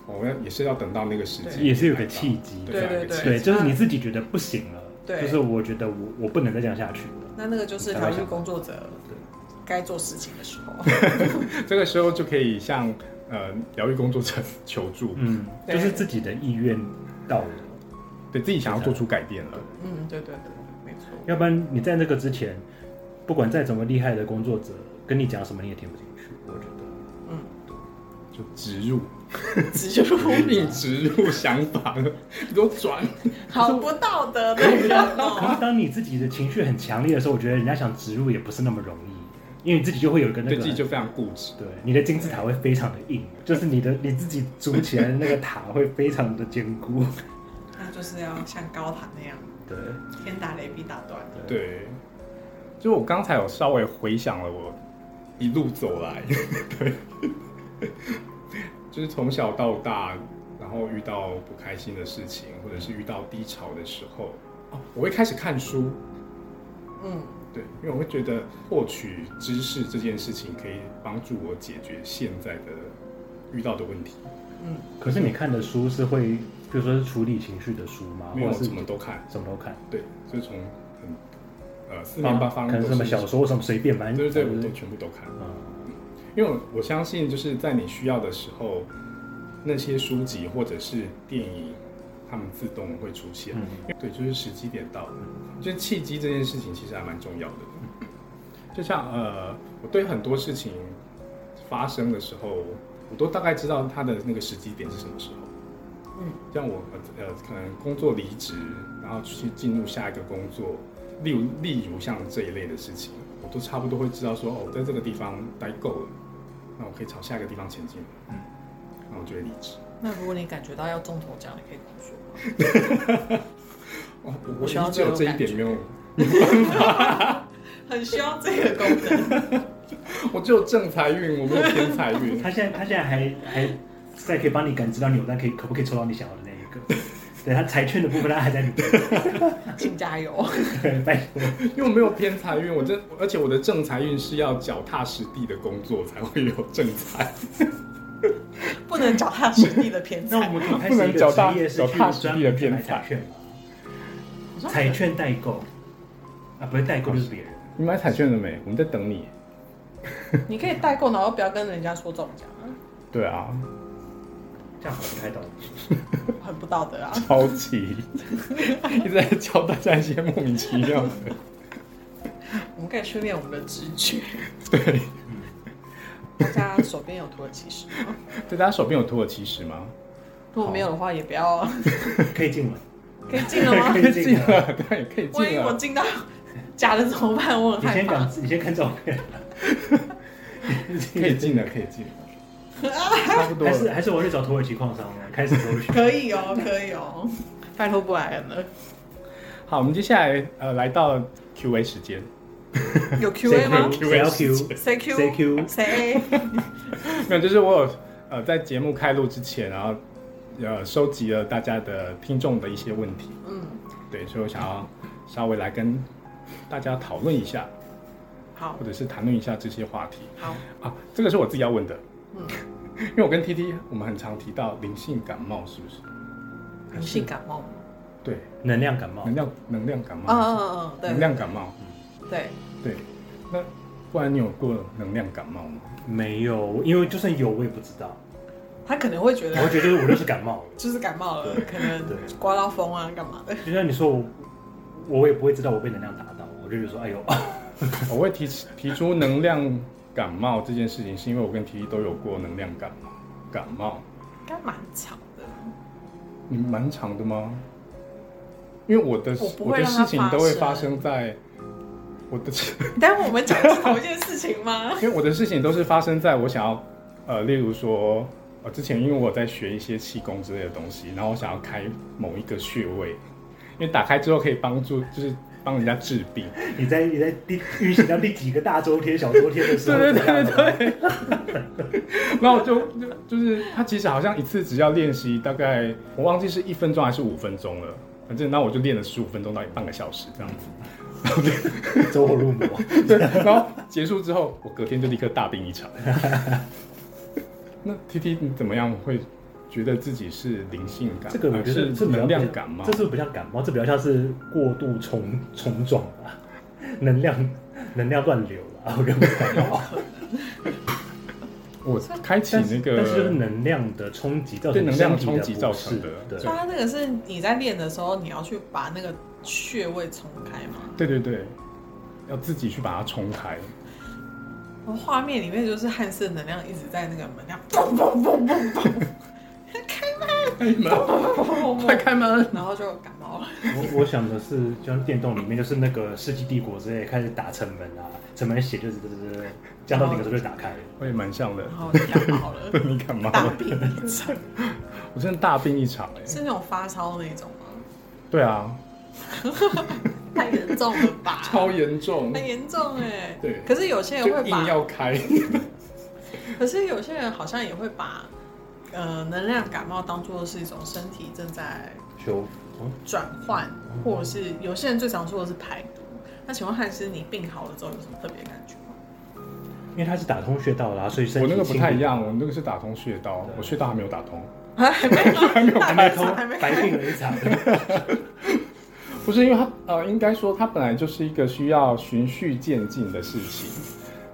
[SPEAKER 1] 我们也是要等到那个时机，
[SPEAKER 3] 也是有个契机，
[SPEAKER 1] 对
[SPEAKER 2] 对
[SPEAKER 1] 对
[SPEAKER 3] 对，就是你自己觉得不行了，
[SPEAKER 2] 对
[SPEAKER 3] 就是我觉得我我不能再这样下去了，
[SPEAKER 2] 那那个就是法律工作者该做事情的时候。
[SPEAKER 1] 这个时候就可以向呃疗愈工作者 求助，
[SPEAKER 3] 嗯，
[SPEAKER 2] 对
[SPEAKER 3] 就是自己的意愿到了，
[SPEAKER 1] 对自己想要做出改变了。
[SPEAKER 2] 嗯，对对对对，没错。
[SPEAKER 3] 要不然你在那个之前，不管再怎么厉害的工作者跟你讲什么你也听不进去，我觉得
[SPEAKER 2] 嗯，
[SPEAKER 1] 就植入，
[SPEAKER 2] 直接说
[SPEAKER 1] 硬植入想法， 你给我转。
[SPEAKER 2] 好不道德的人
[SPEAKER 3] 可
[SPEAKER 2] 哦。
[SPEAKER 3] 是当你自己的情绪很强烈的时候，我觉得人家想植入也不是那么容易，因为你自己就会有一个那
[SPEAKER 1] 对
[SPEAKER 3] 个
[SPEAKER 1] 自己就非常固执。
[SPEAKER 3] 对，你的金字塔会非常的硬，就是你的你自己筑起来的那个塔会非常的坚 固。
[SPEAKER 2] 那就是要像高塔那样，
[SPEAKER 3] 对，
[SPEAKER 2] 天打雷劈打断。
[SPEAKER 1] 对，就我刚才有稍微回想了我一路走来， 对，就是从小到大，然后遇到不开心的事情，或者是遇到低潮的时候，哦，我会开始看书，
[SPEAKER 2] 嗯，
[SPEAKER 1] 对，因为我会觉得获取知识这件事情可以帮助我解决现在的遇到的问题，
[SPEAKER 2] 嗯
[SPEAKER 3] 可是你看的书是会，比如说是处理情绪的书吗？
[SPEAKER 1] 因为
[SPEAKER 3] 啊或者
[SPEAKER 1] 我
[SPEAKER 3] 是
[SPEAKER 1] 什么都看，
[SPEAKER 3] 什么都看，
[SPEAKER 1] 对，就是从很呃四面八方
[SPEAKER 3] 啊可能
[SPEAKER 1] 都
[SPEAKER 3] 什么
[SPEAKER 1] 是
[SPEAKER 3] 小说什么随便，反正
[SPEAKER 1] 对对对，我
[SPEAKER 3] 反
[SPEAKER 1] 都
[SPEAKER 3] 正
[SPEAKER 1] 全部都看，
[SPEAKER 3] 嗯，
[SPEAKER 1] 因为我相信就是在你需要的时候，那些书籍或者是电影，它们自动会出现。
[SPEAKER 3] 嗯
[SPEAKER 1] 对，就是时机点到了，就是契机这件事情其实还蛮重要的。就像呃，我对很多事情发生的时候，我都大概知道它的那个时机点是什么时候。
[SPEAKER 2] 嗯，
[SPEAKER 1] 像我呃呃可能工作离职，然后去进入下一个工作，例如例如像这一类的事情，我都差不多会知道说，哦，我在这个地方待够了，那我可以朝下一个地方前进了。
[SPEAKER 3] 嗯，
[SPEAKER 1] 那我就会离职。
[SPEAKER 2] 那如果你感觉到要中头奖，你可以跟我说吗。
[SPEAKER 1] 哦，我
[SPEAKER 2] 我
[SPEAKER 1] 我
[SPEAKER 2] 需要
[SPEAKER 1] 一直只有
[SPEAKER 2] 这
[SPEAKER 1] 这
[SPEAKER 2] 种
[SPEAKER 1] 一点没有，
[SPEAKER 2] 很需要这个功能。
[SPEAKER 1] 我只有正财运，我没有偏财运。
[SPEAKER 3] 他现在他现在还还在可以帮你感知到扭蛋可以可不可以抽到你想要的那一个，对他财券的部分他还在努力，
[SPEAKER 2] 请加油。
[SPEAKER 3] 对 拜托，
[SPEAKER 1] 因为我没有偏财运，我真，而且我的正财运是要脚踏实地的工作才会有正财。
[SPEAKER 2] 不能脚踏实地的偏
[SPEAKER 3] 那我
[SPEAKER 2] 财。
[SPEAKER 3] 们可以开
[SPEAKER 1] 不
[SPEAKER 3] 始
[SPEAKER 1] 能
[SPEAKER 3] 一个
[SPEAKER 1] 脚踏
[SPEAKER 3] 职业是
[SPEAKER 1] 脚
[SPEAKER 3] 去
[SPEAKER 1] 踏实
[SPEAKER 3] 专
[SPEAKER 1] 地的
[SPEAKER 3] 门去
[SPEAKER 1] 偏
[SPEAKER 3] 买彩
[SPEAKER 1] 财
[SPEAKER 3] 券嘛，彩券代购啊，不是代购就是别
[SPEAKER 2] 哦
[SPEAKER 3] 人，
[SPEAKER 1] 你买彩券了没？我们在等你。
[SPEAKER 2] 你可以代购，然后不要跟人家说中 奖啊，
[SPEAKER 1] 对啊，
[SPEAKER 3] 这样好像不太道理。
[SPEAKER 2] 很不道德啊。
[SPEAKER 1] 超级 一直在教大家一些莫名其妙的。
[SPEAKER 2] 我们可以训练我们的直觉。
[SPEAKER 1] 对，
[SPEAKER 2] 大家手边有土耳其石 吗？
[SPEAKER 1] 对，大家手边有土耳其石吗？
[SPEAKER 2] 如果没有的话，也不要。
[SPEAKER 3] 可以进了，
[SPEAKER 2] 可以进了吗
[SPEAKER 3] 可？以进了
[SPEAKER 1] 了，当然也可以
[SPEAKER 2] 万一
[SPEAKER 1] 进
[SPEAKER 2] 我
[SPEAKER 1] 了。
[SPEAKER 2] 进到假的怎么办？我很
[SPEAKER 3] 你
[SPEAKER 2] 害
[SPEAKER 3] 先
[SPEAKER 2] 怕
[SPEAKER 3] 讲。，你先看照片，
[SPEAKER 1] 可以进了，可以进了，差不多
[SPEAKER 3] 还是
[SPEAKER 1] 了。
[SPEAKER 3] 还是我去找土耳其矿商呢？开始搜寻。
[SPEAKER 2] 可以哦，可以哦，拜托布莱恩了。
[SPEAKER 1] 好，我们接下来呃来到 Q&A 时间。
[SPEAKER 2] 有 Q&A 吗
[SPEAKER 1] Q&A？
[SPEAKER 3] 谁要 Q？
[SPEAKER 2] 谁 Q？
[SPEAKER 3] 谁 Q？
[SPEAKER 2] 谁 A？
[SPEAKER 1] 没有，就是我有呃在节目开录之前，然后呃收集了大家的听众的一些问题，
[SPEAKER 2] 嗯，
[SPEAKER 1] 对，所以我想要稍微来跟大家讨论一下，
[SPEAKER 2] 好
[SPEAKER 1] 或者是谈论一下这些话题
[SPEAKER 2] 好，
[SPEAKER 1] 啊。这个是我自己要问的，
[SPEAKER 2] 嗯，
[SPEAKER 1] 因为我跟 T T 我们很常提到灵性感冒，是不是？
[SPEAKER 2] 很性感冒吗。
[SPEAKER 1] 对对，
[SPEAKER 3] 能量感冒
[SPEAKER 1] 能，量能量感冒，
[SPEAKER 2] 嗯嗯嗯嗯，对，
[SPEAKER 1] 能量感冒，
[SPEAKER 2] 对，
[SPEAKER 1] 对。那不然你有过能量感冒吗？
[SPEAKER 3] 没有，因为就算有我也不知道，
[SPEAKER 2] 他可能会觉
[SPEAKER 3] 我
[SPEAKER 2] 得
[SPEAKER 3] 会觉得我就是感冒了。
[SPEAKER 2] 就是感冒了，可能
[SPEAKER 3] 对，
[SPEAKER 2] 刮到风啊，干嘛的？
[SPEAKER 3] 就像你说我，我也不会知道我被能量打到，我就觉得说，哎呦，
[SPEAKER 1] 我会提提出能量感冒这件事情，是因为我跟 T 都有过能量感冒。感冒，
[SPEAKER 2] 应该蛮巧的，
[SPEAKER 1] 你蛮长的吗？因为我的
[SPEAKER 2] 我不会
[SPEAKER 1] 的
[SPEAKER 2] 让它
[SPEAKER 1] 事情都会
[SPEAKER 2] 发
[SPEAKER 1] 发
[SPEAKER 2] 生
[SPEAKER 1] 生在我的，
[SPEAKER 2] 但我们讲的是同一件事情吗？
[SPEAKER 1] 因为我的事情都是发生在我想要，呃，例如说，呃，之前因为我在学一些气功之类的东西，然后我想要开某一个穴位，因为打开之后可以帮助，就是帮人家治病。
[SPEAKER 3] 你在你在第运行到第几个大周天、小周天的时候，
[SPEAKER 1] 对对
[SPEAKER 3] 怎么样
[SPEAKER 1] 对
[SPEAKER 3] 了
[SPEAKER 1] 对对。 然后我就就就是他其实好像一次只要练习大概我忘记是一分钟还是五分钟了，反正那我就练了十五分钟到半个小时这样子。
[SPEAKER 3] 走火入魔，
[SPEAKER 1] 对， 然后结束之后，我隔天就立刻大病一场。 那 T T 你怎么样会觉得自己是灵性感？
[SPEAKER 3] 这个我觉
[SPEAKER 1] 还
[SPEAKER 3] 得
[SPEAKER 1] 是
[SPEAKER 3] 这比较
[SPEAKER 1] 能量感吗
[SPEAKER 3] 这？是不像感冒，这比较像是过度重重撞吧，能量 能量乱流啊，我觉得不是感
[SPEAKER 1] 哦
[SPEAKER 3] 冒，
[SPEAKER 1] 我开启
[SPEAKER 3] 但
[SPEAKER 1] 那
[SPEAKER 3] 是
[SPEAKER 1] 个
[SPEAKER 3] 但是就是能量的冲击造成
[SPEAKER 1] 对能量
[SPEAKER 3] 身体
[SPEAKER 1] 冲击造
[SPEAKER 3] 不适
[SPEAKER 1] 成的
[SPEAKER 3] 对
[SPEAKER 2] 所以，它那个是你在练的时候，你要去把那个穴位冲开吗？
[SPEAKER 1] 对对对，要自己去把它冲开。
[SPEAKER 2] 我画面里面就是汉斯的能量一直在那个门那样砰砰砰砰砰，
[SPEAKER 1] 开门，
[SPEAKER 2] 砰砰
[SPEAKER 1] 快
[SPEAKER 2] 砰砰，
[SPEAKER 1] 开门！
[SPEAKER 2] 然后就感冒了。
[SPEAKER 3] 我我想的是，就像电动里面，就是那个《世纪帝国》之类开始打城门啊，城门血就是就是降到顶
[SPEAKER 1] 哦
[SPEAKER 3] 的时候就打开了。
[SPEAKER 1] 我也蛮像的
[SPEAKER 2] 然，后我就感冒了，
[SPEAKER 1] 你干嘛？
[SPEAKER 2] 大病一场，
[SPEAKER 1] 我真的大病一场哎、
[SPEAKER 2] 是那种发烧那种吗？
[SPEAKER 1] 对啊，
[SPEAKER 2] 太严重了吧？
[SPEAKER 1] 超严重
[SPEAKER 2] 很，严重哎、
[SPEAKER 1] 对
[SPEAKER 2] 可是有些人
[SPEAKER 1] 就
[SPEAKER 2] 会
[SPEAKER 1] 硬
[SPEAKER 2] 把，
[SPEAKER 1] 要开。
[SPEAKER 2] 可是有些人好像也会把，呃，能量感冒当做是一种身体正在
[SPEAKER 3] 修，
[SPEAKER 2] 转换，或者是有些人最常说的是排毒。那请问汉斯，你病好了之后有什么特别感觉吗？
[SPEAKER 3] 因为它是打通穴道啦、所以 身
[SPEAKER 1] 我
[SPEAKER 3] 体
[SPEAKER 1] 那个不太一
[SPEAKER 3] 样，
[SPEAKER 1] 样，我那个是打通穴道，我穴道还没有打通。
[SPEAKER 2] 还没有，还没有，
[SPEAKER 3] 还没通
[SPEAKER 2] 还没，
[SPEAKER 3] 白病了一场。
[SPEAKER 1] 不是因为它呃，应该说它本来就是一个需要循序渐进的事情，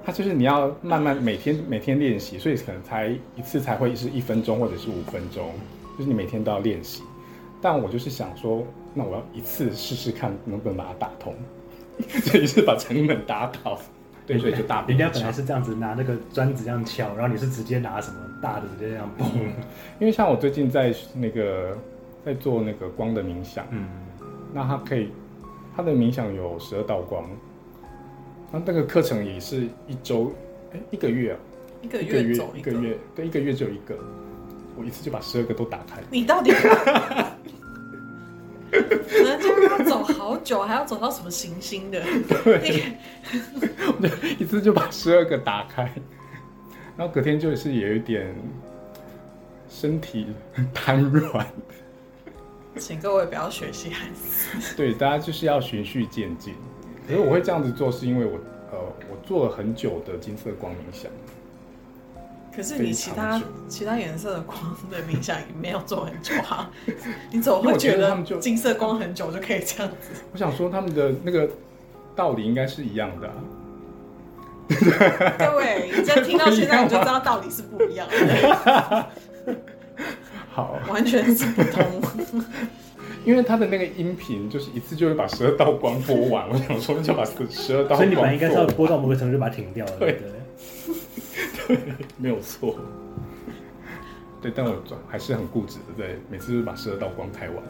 [SPEAKER 1] 它就是你要慢慢每天每天练习，所以可能才一次才会是一分钟或者是五分钟，就是你每天都要练习。但我就是想说，那我要一次试试看能不能把它打 通，所以是把城门打倒，对，所以就大病
[SPEAKER 3] 人
[SPEAKER 1] 一
[SPEAKER 3] 家
[SPEAKER 1] 场。
[SPEAKER 3] 本来是这样子拿那个砖子这样敲，然后你是直接拿什么大的直接这样崩。
[SPEAKER 1] 因为像我最近在那个在做那个光的冥想，
[SPEAKER 3] 嗯，
[SPEAKER 1] 那它可以它的冥想有十二道光，那那个课程也是一周哎一个月啊，
[SPEAKER 2] 一个
[SPEAKER 1] 一个
[SPEAKER 2] 月
[SPEAKER 1] 月
[SPEAKER 2] 走
[SPEAKER 1] 一
[SPEAKER 2] 一
[SPEAKER 1] 个
[SPEAKER 2] 个。
[SPEAKER 1] 月对一个月只有一个，我一次就把十二个都打开，
[SPEAKER 2] 你到底？人家要走好久，还要走到什么行星 的？你
[SPEAKER 1] 一次就把十二个打开，然后隔天就是有一点身体瘫软，
[SPEAKER 2] 请各位不要学习汉斯。
[SPEAKER 1] 对，大家就是要循序渐进。可是我会这样子做，是因为我呃我做了很久的金色光冥想。
[SPEAKER 2] 可是你其
[SPEAKER 1] 非
[SPEAKER 2] 他
[SPEAKER 1] 常久
[SPEAKER 2] 其他颜色的光的冥想也没有做很久 啊，你怎么
[SPEAKER 1] 因为
[SPEAKER 2] 会
[SPEAKER 1] 我觉
[SPEAKER 2] 觉
[SPEAKER 1] 得他
[SPEAKER 2] 得
[SPEAKER 1] 们就
[SPEAKER 2] 金色光很久就可以 这样子？
[SPEAKER 1] 我想说他们的那个道理应该是一样的啊、
[SPEAKER 2] 各位，你这样听到现在你就知道道理是不 一样的，
[SPEAKER 1] 好，
[SPEAKER 2] 完全是不同。
[SPEAKER 1] 因为他的那个音频就是一次就会把十二道光播完，我想说就把十二道光播完，
[SPEAKER 3] 所以你本来应该是要播到某个程度就把它停掉了，对不对？
[SPEAKER 1] 没有错。对，但我还是很固执的，对，每次就是把十二道光开完。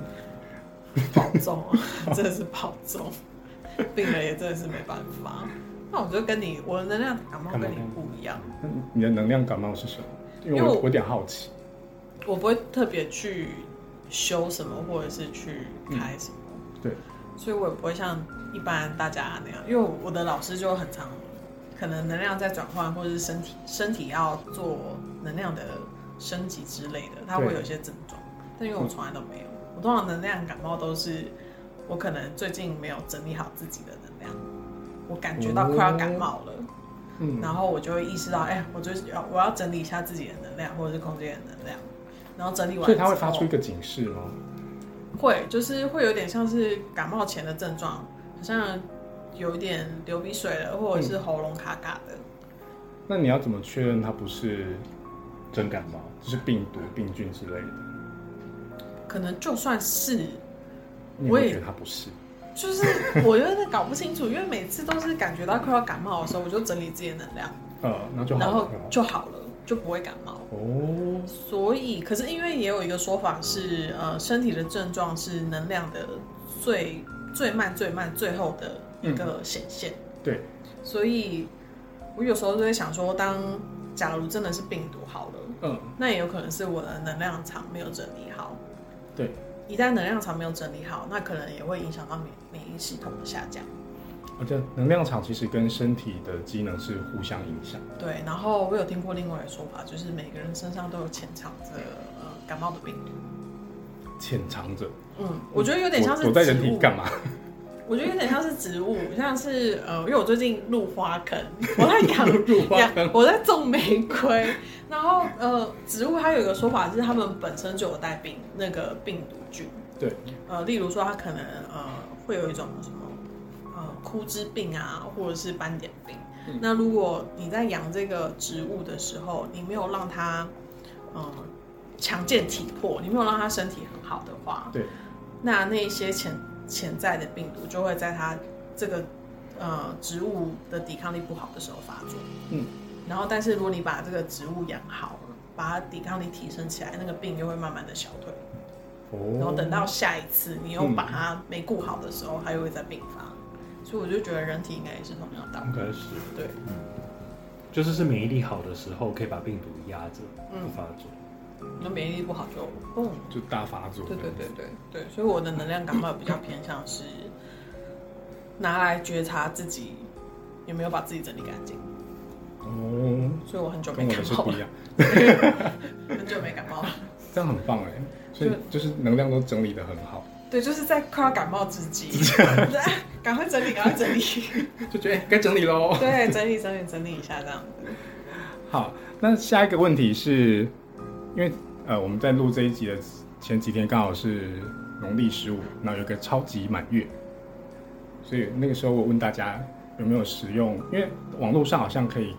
[SPEAKER 2] 保重啊，真的是保重，病了也真的是没办法。那我就跟你，我的能量感冒跟你不一样，
[SPEAKER 1] 那嗯你的能量感冒是什么？因为
[SPEAKER 2] 因为
[SPEAKER 1] 我
[SPEAKER 2] 我
[SPEAKER 1] 我有点好奇。
[SPEAKER 2] 我不会特别去修什么，或者是去开什么，
[SPEAKER 1] 对，
[SPEAKER 2] 所以我也不会像一般大家那样，因为我的老师就很常可能能量在转换，或者是身体身体要做能量的升级之类的，他会
[SPEAKER 1] 对
[SPEAKER 2] 有一些症状，但因为我从来都没有，我通常能量感冒都是我可能最近没有整理好自己的能量，我感觉到快要感冒了。
[SPEAKER 1] 嗯，
[SPEAKER 2] 然后我就会意识到，哎、我就是要我要整理一下自己的能量或者是空间的能量，然后整理完，
[SPEAKER 1] 所以他会发出一，个警示吗？
[SPEAKER 2] 会，就是会有点像是感冒前的症状，好像有一点流鼻水了，或者
[SPEAKER 1] 嗯
[SPEAKER 2] 是喉咙卡卡的。
[SPEAKER 1] 那你要怎么确认它不是真感冒，就是病毒、病菌之类的？
[SPEAKER 2] 可能就算是，
[SPEAKER 1] 你也
[SPEAKER 2] 我
[SPEAKER 1] 会
[SPEAKER 2] 也
[SPEAKER 1] 觉得它不是？
[SPEAKER 2] 就是 我有点搞不清楚，因为每次都是感觉到快要感冒的时候，我就整理自己的能量，
[SPEAKER 1] 呃，那就好
[SPEAKER 2] 然
[SPEAKER 1] 了
[SPEAKER 2] 后。
[SPEAKER 1] 是吗
[SPEAKER 2] 就好了，就不会感冒。
[SPEAKER 1] 哦，
[SPEAKER 2] 所以，可是因为也有一个说法是，呃，身体的症状是能量的最最慢、最慢、最后的一个显现。
[SPEAKER 1] 嗯对，
[SPEAKER 2] 所以我有时候就会想说，当假如真的是病毒好了，
[SPEAKER 1] 嗯，
[SPEAKER 2] 那也有可能是我的能量场没有整理好。
[SPEAKER 1] 对，
[SPEAKER 2] 一旦能量场没有整理好，那可能也会影响到免免疫系统的下降。
[SPEAKER 1] 而且哦能量场其实跟身体的机能是互相影响。
[SPEAKER 2] 对，然后我有听过另外一个说法，就是每个人身上都有潜藏着呃感冒的病毒。
[SPEAKER 1] 潜藏着，
[SPEAKER 2] 嗯，我觉得有点像是
[SPEAKER 1] 我我在
[SPEAKER 2] 植
[SPEAKER 1] 人体
[SPEAKER 2] 物
[SPEAKER 1] 干 嘛？
[SPEAKER 2] 我觉得有点像是 植物，像是呃，因为我最近入花坑，我在养
[SPEAKER 1] 入花
[SPEAKER 2] 养
[SPEAKER 1] 坑，
[SPEAKER 2] 我在种玫瑰，然后呃，植物它有一个说法是它们本身就有带病那个病毒菌，
[SPEAKER 1] 对，
[SPEAKER 2] 呃，例如说它可能呃会有一种什么呃枯枝病啊，或者是斑点病。
[SPEAKER 1] 嗯
[SPEAKER 2] 那如果你在养这个植物的时候，你没有让它呃强健体魄，你没有让它身体很好的话，
[SPEAKER 1] 对，
[SPEAKER 2] 那那一些潜潜在的病毒就会在它这个呃植物的抵抗力不好的时候发作。
[SPEAKER 1] 嗯，
[SPEAKER 2] 然后但是如果你把这个植物养好了，把它抵抗力提升起来，那个病就会慢慢的消退。
[SPEAKER 1] 哦，嗯
[SPEAKER 2] 然后等到下一次你又把它没顾好的时候，它又会再并发。所以我就觉得人体应该也是同样的道
[SPEAKER 3] 应
[SPEAKER 2] 理。
[SPEAKER 3] 该是
[SPEAKER 2] 对，
[SPEAKER 3] 就是是免疫力好的时候，可以把病毒压着不
[SPEAKER 2] 嗯，
[SPEAKER 3] 发 作。
[SPEAKER 2] 那免疫力不好就嘣。
[SPEAKER 1] 就大发作。
[SPEAKER 2] 对对对对对，所以我的能量感冒比较偏向是拿来觉察自己有没有把自己整理干净。
[SPEAKER 1] 哦，
[SPEAKER 2] 所以我很久
[SPEAKER 1] 跟
[SPEAKER 2] 没
[SPEAKER 1] 我的
[SPEAKER 2] 感
[SPEAKER 1] 是
[SPEAKER 2] 冒
[SPEAKER 1] 不一
[SPEAKER 2] 了，
[SPEAKER 1] 样，
[SPEAKER 2] 很久没感冒了。
[SPEAKER 1] 这样很棒哎，所以就是能量都整理的很好，
[SPEAKER 2] 对，就是在快要感冒之 际，对赶快整理，赶快整理，
[SPEAKER 1] 就觉得哎该整理喽。
[SPEAKER 2] 对，整理整理整理一下这样子。
[SPEAKER 1] 好，那下一个问题是，因为呃我们在录这一集的前几天刚好是农历十五，然后有一个超级满月，所以那个时候我问大家有没有使用，因为网络上好像可以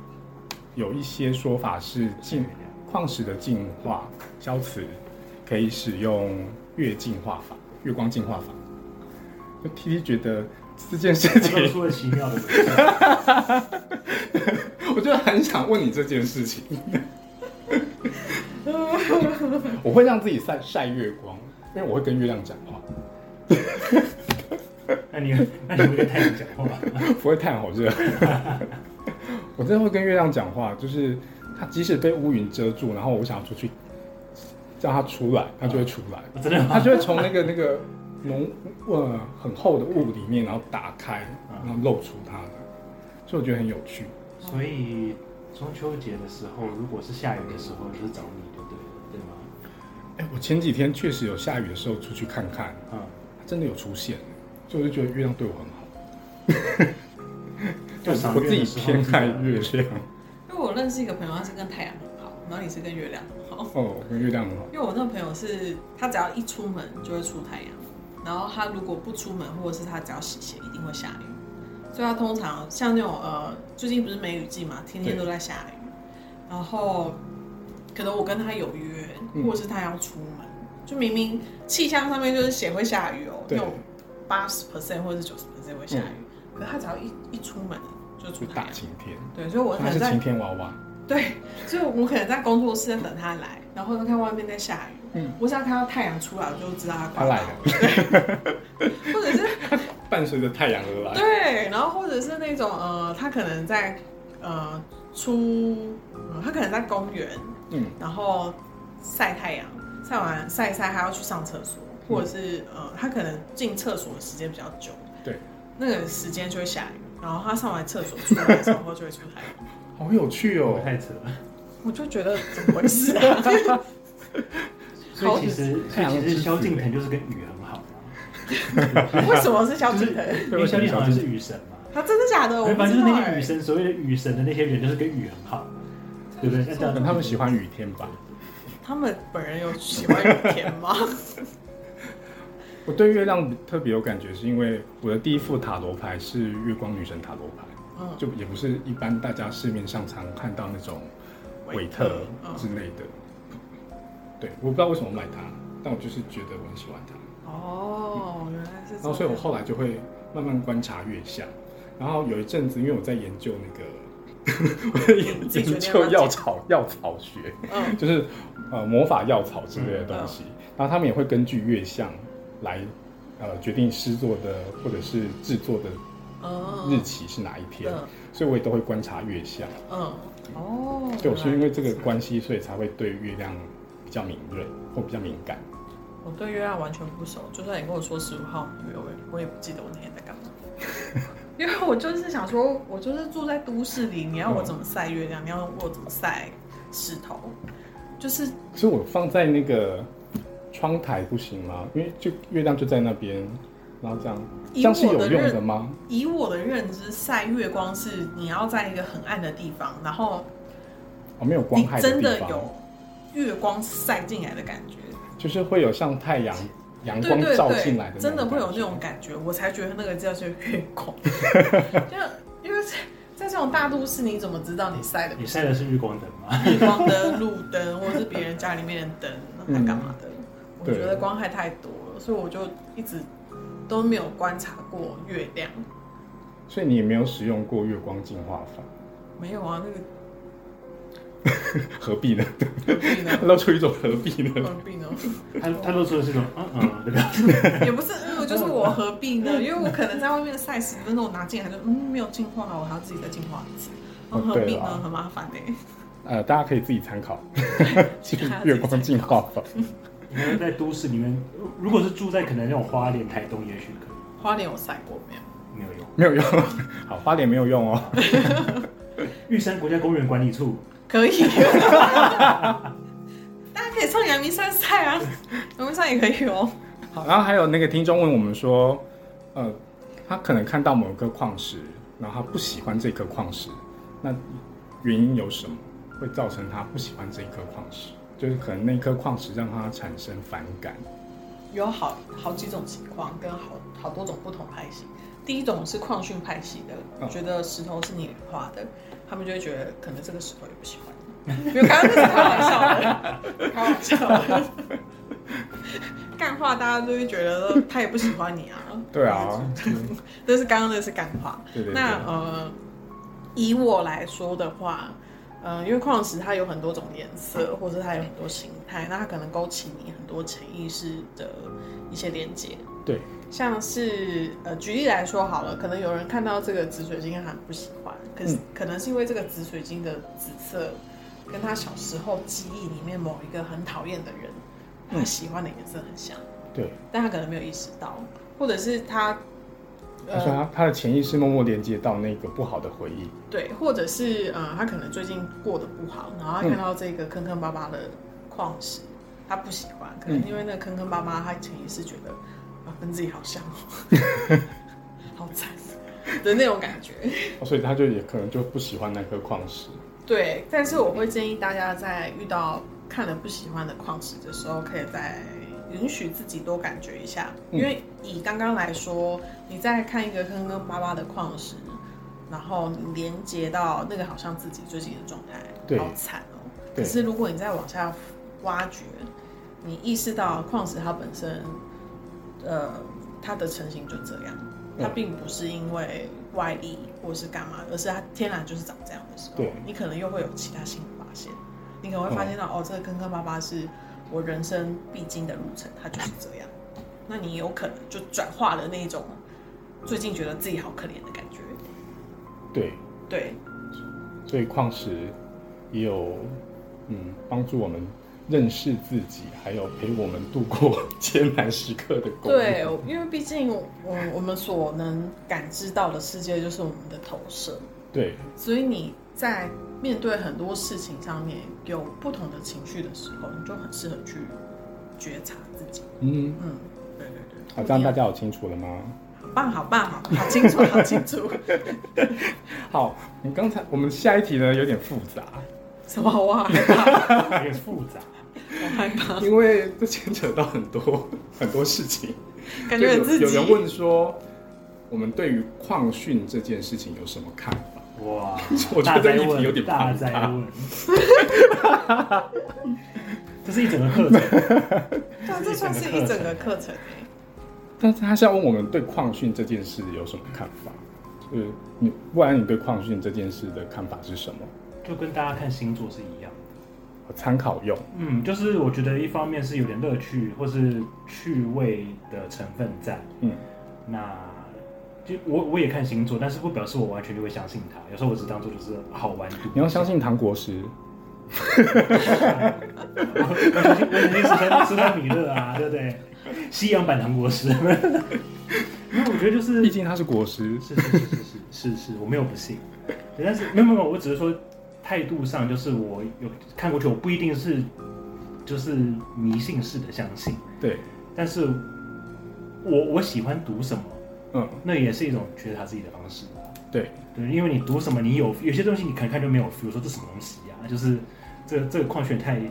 [SPEAKER 1] 有一些说法是进矿石的净化消磁可以使用月净化法、月光净化法。就 T T 觉得这件事
[SPEAKER 3] 他露
[SPEAKER 1] 情，
[SPEAKER 3] 出了奇妙的微笑。
[SPEAKER 1] 我就很想问你这件事情。我会让自己晒晒月光，因为我会跟月亮讲话，
[SPEAKER 3] 那你 那你会跟太阳讲 话吗？
[SPEAKER 1] 不会太阳好热。 我真的会跟月亮讲话，就是它即使被乌云遮住，然后我想要出去，叫它出来，它就会出来。
[SPEAKER 3] 我真的
[SPEAKER 1] 它
[SPEAKER 3] 吗？
[SPEAKER 1] 就会从那个那个浓呃很厚的雾里面，然后打开，然后露出它的，所以我觉得很有趣。
[SPEAKER 3] 所以中秋节的时候，如果是下雨的时候，就是找你，对不对？对吗？
[SPEAKER 1] 哎、我前几天确实有下雨的时候出去看看，
[SPEAKER 3] 嗯，
[SPEAKER 1] 它真的有出现，所以我就觉得月亮对我很好，
[SPEAKER 3] 就赏
[SPEAKER 1] 我
[SPEAKER 3] 月
[SPEAKER 1] 自己
[SPEAKER 3] 的时候
[SPEAKER 1] 偏
[SPEAKER 3] 记得
[SPEAKER 1] 爱月亮。
[SPEAKER 2] 因为我认识一个朋友，他是跟太阳很好，然后你是跟月亮很好。
[SPEAKER 1] 哦，我跟月亮很好。
[SPEAKER 2] 因为我那个朋友是，他只要一出门就会出太阳，然后他如果不出门，或者是他只要洗鞋，一定会下雨。所以他通常像那种呃，最近不是梅雨季嘛，天天
[SPEAKER 1] 对
[SPEAKER 2] 都在下雨。然后可能我跟他有约，
[SPEAKER 1] 嗯
[SPEAKER 2] 或者是他要出门，就明明气象上面就是写会下雨哦，
[SPEAKER 1] 对
[SPEAKER 2] 那种八十 percent 或者是九十 percent 会下雨，
[SPEAKER 1] 嗯
[SPEAKER 2] 可是他只要一一出门就出
[SPEAKER 1] 就
[SPEAKER 2] 太
[SPEAKER 1] 大
[SPEAKER 2] 阳。
[SPEAKER 1] 晴天，
[SPEAKER 2] 对，所以我可
[SPEAKER 1] 它
[SPEAKER 2] 能
[SPEAKER 1] 是
[SPEAKER 2] 在
[SPEAKER 1] 晴天娃娃，
[SPEAKER 2] 对，所以我可能在工作室在等他来，然后看外面在下雨。
[SPEAKER 1] 嗯
[SPEAKER 2] 我只要看到太阳出来，我就知道他
[SPEAKER 1] 它
[SPEAKER 2] 快
[SPEAKER 1] 来
[SPEAKER 2] 到
[SPEAKER 1] 了，
[SPEAKER 2] 或者是
[SPEAKER 1] 伴随着太阳而来。
[SPEAKER 2] 对，然后或者是那种呃，他可能在呃出、呃他可能在公园，
[SPEAKER 1] 嗯，
[SPEAKER 2] 然后晒太阳，晒完晒一晒，他要去上厕所，或者是呃，他可能进厕所的时间比较久，
[SPEAKER 1] 对，
[SPEAKER 2] 那个时间就会下雨，然后他上完厕所出来的时候就会出太阳，
[SPEAKER 1] 好有趣哦。
[SPEAKER 3] 太扯了。
[SPEAKER 2] 我就觉得怎么回事啊？
[SPEAKER 3] 所以其实，
[SPEAKER 1] 太阳
[SPEAKER 3] 所以
[SPEAKER 1] 之
[SPEAKER 3] 其实
[SPEAKER 1] 子
[SPEAKER 3] 萧敬腾就是跟雨很好嘛，
[SPEAKER 2] 为什么是小
[SPEAKER 3] 就
[SPEAKER 2] 紫藤？
[SPEAKER 3] 是因为萧敬腾好像是雨神嘛。
[SPEAKER 2] 他啊真的假的？我不
[SPEAKER 3] 反正
[SPEAKER 2] 知
[SPEAKER 3] 就是
[SPEAKER 2] 道
[SPEAKER 3] 那
[SPEAKER 2] 哎
[SPEAKER 3] 些雨神，所谓的雨神的那些人，就是跟雨很好，对不对？那这
[SPEAKER 1] 可
[SPEAKER 3] 样
[SPEAKER 1] 能他们喜欢雨天吧。
[SPEAKER 2] 他们本人有喜欢雨天吗？
[SPEAKER 1] 我对月亮特别有感觉，是因为我的第一副塔罗牌是月光女神塔罗牌，
[SPEAKER 2] 嗯，
[SPEAKER 1] 就也不是一般大家市面上常看到那种韦特之
[SPEAKER 2] 嗯，
[SPEAKER 1] 类的。对，我不知道为什么买它，但我就是觉得我很喜欢它。
[SPEAKER 2] 哦，原来是这样。
[SPEAKER 1] 嗯然后所以我后来就会慢慢观察月相，然后有一阵子，因为我在研究那个， 我在研
[SPEAKER 2] 自己决定
[SPEAKER 1] 研
[SPEAKER 2] 要不
[SPEAKER 1] 究
[SPEAKER 2] 要
[SPEAKER 1] 药
[SPEAKER 2] 讲
[SPEAKER 1] 草药草学，
[SPEAKER 2] 嗯
[SPEAKER 1] 就是呃魔法药草之类的东西，然后他们也会根据月相来呃决定施作的或者是制作的
[SPEAKER 2] 嗯
[SPEAKER 1] 日期是哪一天，
[SPEAKER 2] 嗯
[SPEAKER 1] 所以我也都会观察月相。
[SPEAKER 2] 嗯哦，
[SPEAKER 1] 对，我是因为这个
[SPEAKER 2] 原来
[SPEAKER 1] 关系，所以才会对月亮比较敏锐或比较敏感。
[SPEAKER 2] 我对月亮完全不熟，就算你跟我说十五号女友，我也我也不记得我那天在干嘛。 因为我就是想说，我就是住在都市里，你要我怎么晒月亮？你要我怎么晒石头？就是
[SPEAKER 1] 所以我放在那个窗台不行吗？因为就月亮就在那边，然后这样，这
[SPEAKER 2] 以
[SPEAKER 1] 样是
[SPEAKER 2] 我
[SPEAKER 1] 有
[SPEAKER 2] 的
[SPEAKER 1] 用
[SPEAKER 2] 认
[SPEAKER 1] 的吗？
[SPEAKER 2] 以我的认知，晒月光是你要在一个很暗的地方，然后
[SPEAKER 1] 哦，没有光
[SPEAKER 2] 你
[SPEAKER 1] 害
[SPEAKER 2] 真
[SPEAKER 1] 地
[SPEAKER 2] 的
[SPEAKER 1] 方，
[SPEAKER 2] 有月光晒进来的感觉。
[SPEAKER 1] 就是会有像太阳阳
[SPEAKER 2] 对
[SPEAKER 1] 光
[SPEAKER 2] 对
[SPEAKER 1] 照进来
[SPEAKER 2] 对
[SPEAKER 1] 的，
[SPEAKER 2] 真的
[SPEAKER 1] 的
[SPEAKER 2] 会有那种感觉，我才觉得那个叫做月 光。就因为在在这种大都市，你怎么知道你晒的
[SPEAKER 3] 你晒的是日光灯吗？
[SPEAKER 2] 日光灯、路灯，或者是别人家里面的灯，还干嘛的？我
[SPEAKER 1] 对
[SPEAKER 2] 觉得光害太多了，所以我就一直都没有观察过月亮。
[SPEAKER 1] 所以你也没有使用过月光净化法，
[SPEAKER 2] 没有啊，那个
[SPEAKER 1] 何必呢？？
[SPEAKER 2] 何必呢
[SPEAKER 1] 露出一种何必呢？
[SPEAKER 2] 何必呢？
[SPEAKER 3] 他他露出的是一种嗯嗯的表情，
[SPEAKER 2] 也不是，如果就是
[SPEAKER 1] 哦
[SPEAKER 2] 我何必呢？因为我可能在外面晒十分钟，我拿进来就嗯没有净化好，我还要自己再净化一次，
[SPEAKER 1] 哦
[SPEAKER 2] 嗯何必
[SPEAKER 1] 对
[SPEAKER 2] 呢
[SPEAKER 1] 啦？
[SPEAKER 2] 很麻烦 哎。
[SPEAKER 1] 呃，大家可以自己参 考，就
[SPEAKER 2] 大家
[SPEAKER 1] 是
[SPEAKER 2] 自己
[SPEAKER 1] 月光净化法。
[SPEAKER 3] 因为在都市里面，如如果是住在可能那种花莲、台东，也许可以
[SPEAKER 2] 花莲我晒过没有？
[SPEAKER 3] 没有用。
[SPEAKER 1] 没有用， 好，花莲没有用哦。
[SPEAKER 3] 玉山国家公园管理处
[SPEAKER 2] 可以，大家可以上阳明山晒啊，阳明山也可以哦。
[SPEAKER 1] 好，然后还有那个听众问我们说，呃，他可能看到某一颗矿石，然后他不喜欢这颗矿石，那原因有什么会造成他不喜欢这一颗矿石？就是可能那颗矿石让他产生反感。
[SPEAKER 2] 有好好几种情况，跟好好多种不同派系。第一种是矿训派系的，
[SPEAKER 1] 嗯
[SPEAKER 2] 觉得石头是你画的，他们就会觉得可能这个石头也不喜欢你。没有，刚刚那是开玩笑的，开玩笑的。干话大家就会觉得他也不喜欢你啊。
[SPEAKER 1] 对 啊，
[SPEAKER 2] 但是刚刚那是干话。
[SPEAKER 1] 对对对，
[SPEAKER 2] 那呃，以我来说的话，呃，因为矿石它有很多种颜色，或者它有很多形态，那它可能勾起你很多潜意识的一些连接。
[SPEAKER 1] 对，
[SPEAKER 2] 像是呃，举例来说好了，可能有人看到这个紫水晶，他很不喜欢，可是、
[SPEAKER 1] 嗯
[SPEAKER 2] 可能是因为这个紫水晶的紫色，跟他小时候记忆里面某一个很讨厌的人，他
[SPEAKER 1] 嗯
[SPEAKER 2] 喜欢的颜色很像，
[SPEAKER 1] 对，
[SPEAKER 2] 但他可能没有意识到，或者是他呃
[SPEAKER 1] 他说他他的潜意识默默连接到那个不好的回忆。
[SPEAKER 2] 对，或者是呃，他可能最近过得不好，然后他看到这个坑坑巴巴的矿石，他不喜欢，可能因为那个坑坑巴巴，他潜意识觉得啊，跟自己好像 哦，好惨的那种感觉。
[SPEAKER 1] 哦所以他就也可能就不喜欢那颗矿石，
[SPEAKER 2] 对，但是我会建议大家在遇到看了不喜欢的矿石的时候，可以再允许自己多感觉一下，
[SPEAKER 1] 嗯
[SPEAKER 2] 因为以刚刚来说，你在看一个坑坑巴巴的矿石，然后你连接到那个好像自己最近的状态，
[SPEAKER 1] 对
[SPEAKER 2] 好惨哦。可
[SPEAKER 1] 对
[SPEAKER 2] 是如果你再往下挖掘，你意识到矿石它本身，呃，它的成型就这样，它
[SPEAKER 1] 嗯
[SPEAKER 2] 并不是因为外力或是干嘛，而是它天然就是长这样的时候
[SPEAKER 1] 对，
[SPEAKER 2] 你可能又会有其他新的发现，你可能会发现到、
[SPEAKER 1] 嗯
[SPEAKER 2] 哦，这个坑坑巴巴是我人生必经的路程，它就是这样。那你有可能就转化了那种最近觉得自己好可怜的感觉，
[SPEAKER 1] 对，
[SPEAKER 2] 对，
[SPEAKER 1] 所以矿石也有嗯帮助我们认识自己，还有陪我们度过 艰难时刻的功。
[SPEAKER 2] 对，因为毕竟我我们所能感知到的世界就是我们的投射，
[SPEAKER 1] 对
[SPEAKER 2] 所以你在面对很多事情上面有不同的情绪的时候，你就很适合去觉察自己。
[SPEAKER 1] 嗯，
[SPEAKER 2] 嗯，对对对，
[SPEAKER 1] 好，这样大家有清楚了吗？
[SPEAKER 2] 好棒好棒好好清楚好清楚。
[SPEAKER 1] 好，你刚才我们下一题呢有点复杂，
[SPEAKER 2] 什么？我好害怕，
[SPEAKER 3] 有点复杂。
[SPEAKER 2] 我害怕。
[SPEAKER 1] 因为这牵扯到很多很多事情，
[SPEAKER 2] 感觉
[SPEAKER 1] 就
[SPEAKER 2] 很
[SPEAKER 1] 有
[SPEAKER 2] 刺
[SPEAKER 1] 有人
[SPEAKER 2] 激。
[SPEAKER 1] 问说，我们对于矿训这件事情有什么看法？
[SPEAKER 3] 哇，
[SPEAKER 1] 我觉
[SPEAKER 3] 大
[SPEAKER 1] 得这
[SPEAKER 3] 灾
[SPEAKER 1] 一
[SPEAKER 3] 问，
[SPEAKER 1] 题有点
[SPEAKER 3] 大
[SPEAKER 1] 庞
[SPEAKER 3] 灾
[SPEAKER 1] 大。
[SPEAKER 3] 问，这是一整个课程，
[SPEAKER 2] 对啊，这算是一整个课程欸
[SPEAKER 1] 但是他是要问我们对矿训这件事有什么看法？就是你，不然你对矿训这件事的看法是什么？
[SPEAKER 3] 就跟大家看星座是一样的。
[SPEAKER 1] 我参考用。
[SPEAKER 3] 嗯，就是我觉得一方面是有点乐趣或是趣味的成分在，
[SPEAKER 1] 嗯，
[SPEAKER 3] 那就我我也看星座，但是不表示我完全就会相信它。有时候我只当做就是好玩读。
[SPEAKER 1] 你要相信唐国师，
[SPEAKER 3] 我，我相信我肯定是他是他米勒啊，对不对？西洋版韩 国 诗。那我觉得就是
[SPEAKER 1] 毕竟他是国师。
[SPEAKER 3] 是是是是是是，我没有不信，对但是没有没有，我只是说态度上，就是我有看过去，我不一定是就是迷信式的相信，
[SPEAKER 1] 对，
[SPEAKER 3] 但是我我喜欢读什么，
[SPEAKER 1] 嗯，
[SPEAKER 3] 那也是一种觉得他自己的方式。
[SPEAKER 1] 对，
[SPEAKER 3] 对，因为你读什么，你有有些东西你可能看就没有 feel，说这什么东西啊，就是这这个矿泉太也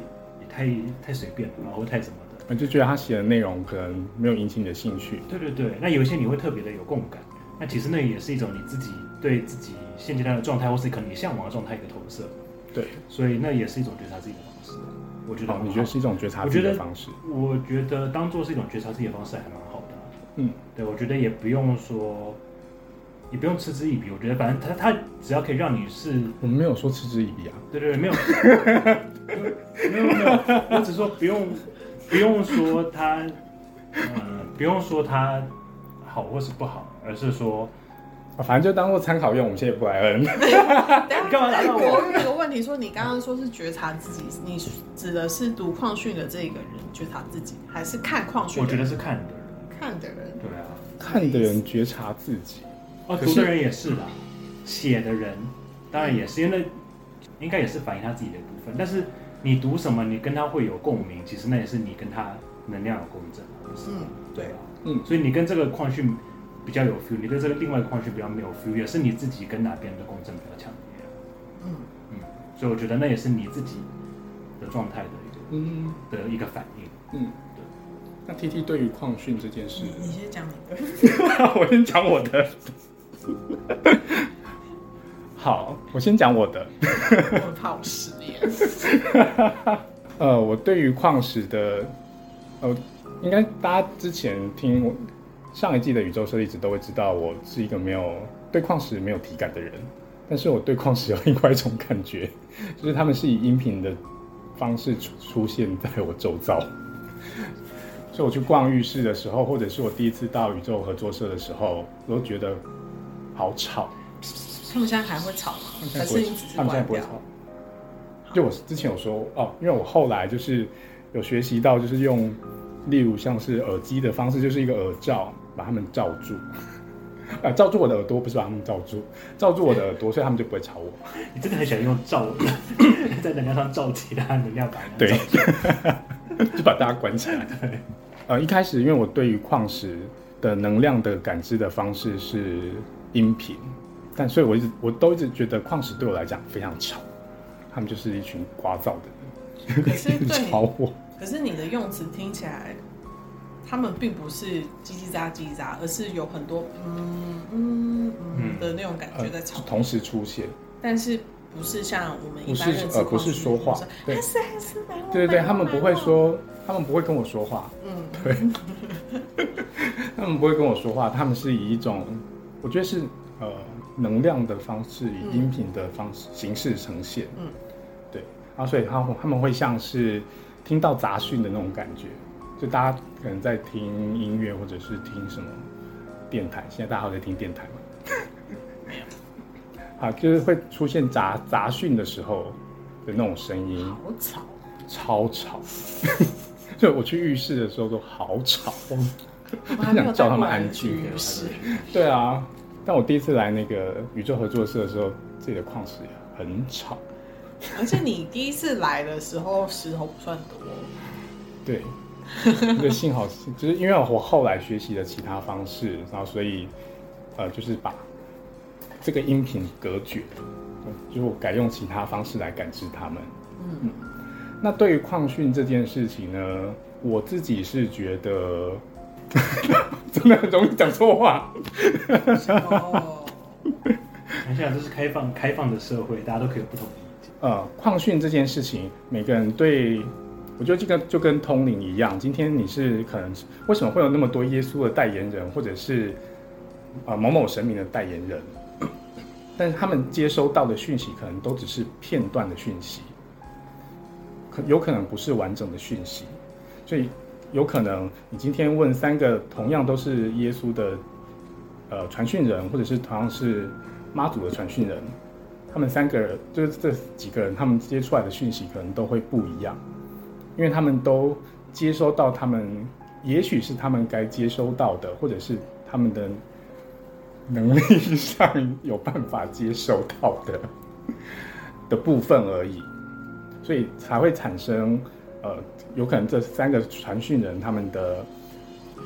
[SPEAKER 3] 太太随便了吧，或太什么的。
[SPEAKER 1] 我就觉得他写的内容可能没有引起你的兴趣。
[SPEAKER 3] 对对对，那有一些你会特别的有共感，那其实那也是一种你自己对自己现阶段的状态，或是可能你向往的状态一个投射，
[SPEAKER 1] 对，
[SPEAKER 3] 所以那也是一种觉察自己的方式。我觉得
[SPEAKER 1] 好，
[SPEAKER 3] 很好，
[SPEAKER 1] 你觉得是一种觉察
[SPEAKER 3] 我
[SPEAKER 1] 自己
[SPEAKER 3] 觉
[SPEAKER 1] 的
[SPEAKER 3] 得
[SPEAKER 1] 方式？
[SPEAKER 3] 我觉得当做是一种觉察自己的方式还蛮好的啊、
[SPEAKER 1] 嗯，
[SPEAKER 3] 对，我觉得也不用说，也不用嗤之以鼻。我觉得反正他他只要可以让你是
[SPEAKER 1] 我们没有说嗤之以鼻啊。
[SPEAKER 3] 对对，对没有，没有没有，我只说不用不用说他，呃，不用说他好或是不好，而是说
[SPEAKER 1] 啊反正就当做参考用，我们现在也不来恩。
[SPEAKER 2] 等一
[SPEAKER 3] 干嘛
[SPEAKER 2] 下，
[SPEAKER 3] 打断我
[SPEAKER 2] 我有一个问题说，你刚刚说是觉察自己，你指的是读矿训的这个人觉察自己，还是看矿训？
[SPEAKER 3] 我觉得是看的人，
[SPEAKER 2] 看的人，
[SPEAKER 3] 对啊，
[SPEAKER 1] 看的人觉察自己，
[SPEAKER 3] 哦，
[SPEAKER 1] 可
[SPEAKER 3] 读
[SPEAKER 1] 是
[SPEAKER 3] 的人也是啦，写的人当然也是，因为那应该也是反映他自己的一部分，但是你读什么，你跟他会有共鸣，其实那也是你跟他能量有共振，不是吗？
[SPEAKER 2] 嗯，
[SPEAKER 3] 对啊，
[SPEAKER 1] 嗯
[SPEAKER 3] 所以你跟这个矿训比较有 feel，你对这个另外一个矿训比较没有 feel，也是你自己跟哪边的共振比较强烈啊。
[SPEAKER 2] 嗯，
[SPEAKER 3] 嗯，所以我觉得那也是你自己的状态的一
[SPEAKER 1] 嗯
[SPEAKER 3] 个的一个反应。
[SPEAKER 1] 嗯，对。那 T T 对于矿训这件事
[SPEAKER 2] 你，你先讲你的，
[SPEAKER 1] 我先讲我的。 好，我先讲我的。
[SPEAKER 2] 我怕我失恋。
[SPEAKER 1] 呃，我对于矿石的，呃，应该大家之前听我上一季的宇宙设计者都会知道，我是一个没有对矿石没有体感的人，但是我对矿石有另外一种感觉， 就是他们是以音频的方式出出现在我周遭。 所以我去逛浴室的时候，或者是我第一次到宇宙合作社的时候，我都觉得好吵。
[SPEAKER 2] 他们现在还会吵吗
[SPEAKER 1] 他们？现
[SPEAKER 2] 还
[SPEAKER 1] 在不
[SPEAKER 2] 是
[SPEAKER 1] 会
[SPEAKER 2] 你只是
[SPEAKER 1] 他们现在
[SPEAKER 2] 关
[SPEAKER 1] 不会
[SPEAKER 2] 掉
[SPEAKER 1] 吵？。就我之前有说哦，因为我后来就是有学习到，就是用例如像是耳机的方式，就是一个耳罩把它们罩住， 啊，罩住我的耳朵，不是把它们罩住，罩住我的耳朵，所以他们就不会吵我。
[SPEAKER 3] 你真的很喜欢用照 在能量上照其他能量板。
[SPEAKER 1] 对， 就把大家关起来。呃，一开始因为我对于矿石的能量的感知的方式是音频，但所以我一直我都一直觉得矿石对我来讲非常吵，他们就是一群聒噪的
[SPEAKER 2] 可 是对
[SPEAKER 1] 人，
[SPEAKER 2] 你
[SPEAKER 1] 吵我。
[SPEAKER 2] 可是你的用词听起来，他们并不是叽叽喳叽喳，而是有很多嗯嗯嗯
[SPEAKER 3] 嗯
[SPEAKER 2] 的那种感觉在吵，
[SPEAKER 1] 呃同时出现，
[SPEAKER 2] 但是不是像我们一
[SPEAKER 1] 不是
[SPEAKER 2] 般认知
[SPEAKER 1] 呃不是说话，对
[SPEAKER 2] 还啊是还是买我
[SPEAKER 1] 对对对，
[SPEAKER 2] 买我
[SPEAKER 1] 他们
[SPEAKER 2] 买
[SPEAKER 1] 不会
[SPEAKER 2] 我
[SPEAKER 1] 说，他们不会跟我说话，
[SPEAKER 2] 嗯
[SPEAKER 1] 他们不会跟我说话，他们是以一种，我觉得是呃能量的方式，以音频的方式、形式呈现，
[SPEAKER 2] 嗯，
[SPEAKER 1] 对，然后所以他们他们会像是听到杂讯的那种感觉，就大家可能在听音乐或者是听什么电台，现在大家还有在听电台吗？
[SPEAKER 2] 没有，
[SPEAKER 1] 啊，就是会出现杂杂讯的时候的那种声音，
[SPEAKER 2] 好 吵，
[SPEAKER 1] 超吵， 所以我去浴室的时候都好吵。
[SPEAKER 2] 我还没有
[SPEAKER 1] 想叫
[SPEAKER 2] 带
[SPEAKER 1] 他们
[SPEAKER 2] 过来
[SPEAKER 1] 安静
[SPEAKER 2] 浴室
[SPEAKER 1] 对啊，但我第一次来那个宇宙合作社的时候，这里的矿石很吵。
[SPEAKER 2] 而且你第一次来的时候石头不算多，
[SPEAKER 1] 对，对，幸好是 就是因为我后来学习了其他方式，然后所以呃，就是把这个音频隔绝，就是我改用其他方式来感知他们。
[SPEAKER 2] 嗯，
[SPEAKER 1] 那对于矿训这件事情呢，我自己是觉得 真的很容易讲错话。
[SPEAKER 2] 哦，
[SPEAKER 3] 想想这是开放开放的社会，大家都可以有不同的意见。
[SPEAKER 1] 呃，矿训这件事情，每个人对，我觉得这个就跟通灵一样。今天你是可能是为什么会有那么多耶稣的代言人，或者是呃某某神明的代言人，但是他们接收到的讯息可能都只是片段的讯息，可有可能不是完整的讯息，所以有可能你今天问三个同样都是耶稣的呃传讯人，或者是同样是妈祖的传讯人，他们三个人，就是这几个人，他们接出来的讯息可能都会不一样，因为他们都接收到他们，也许是他们该接收到的，或者是他们的能力上有办法接收到的的部分而已，所以才会产生，呃，有可能这三个传讯人他们的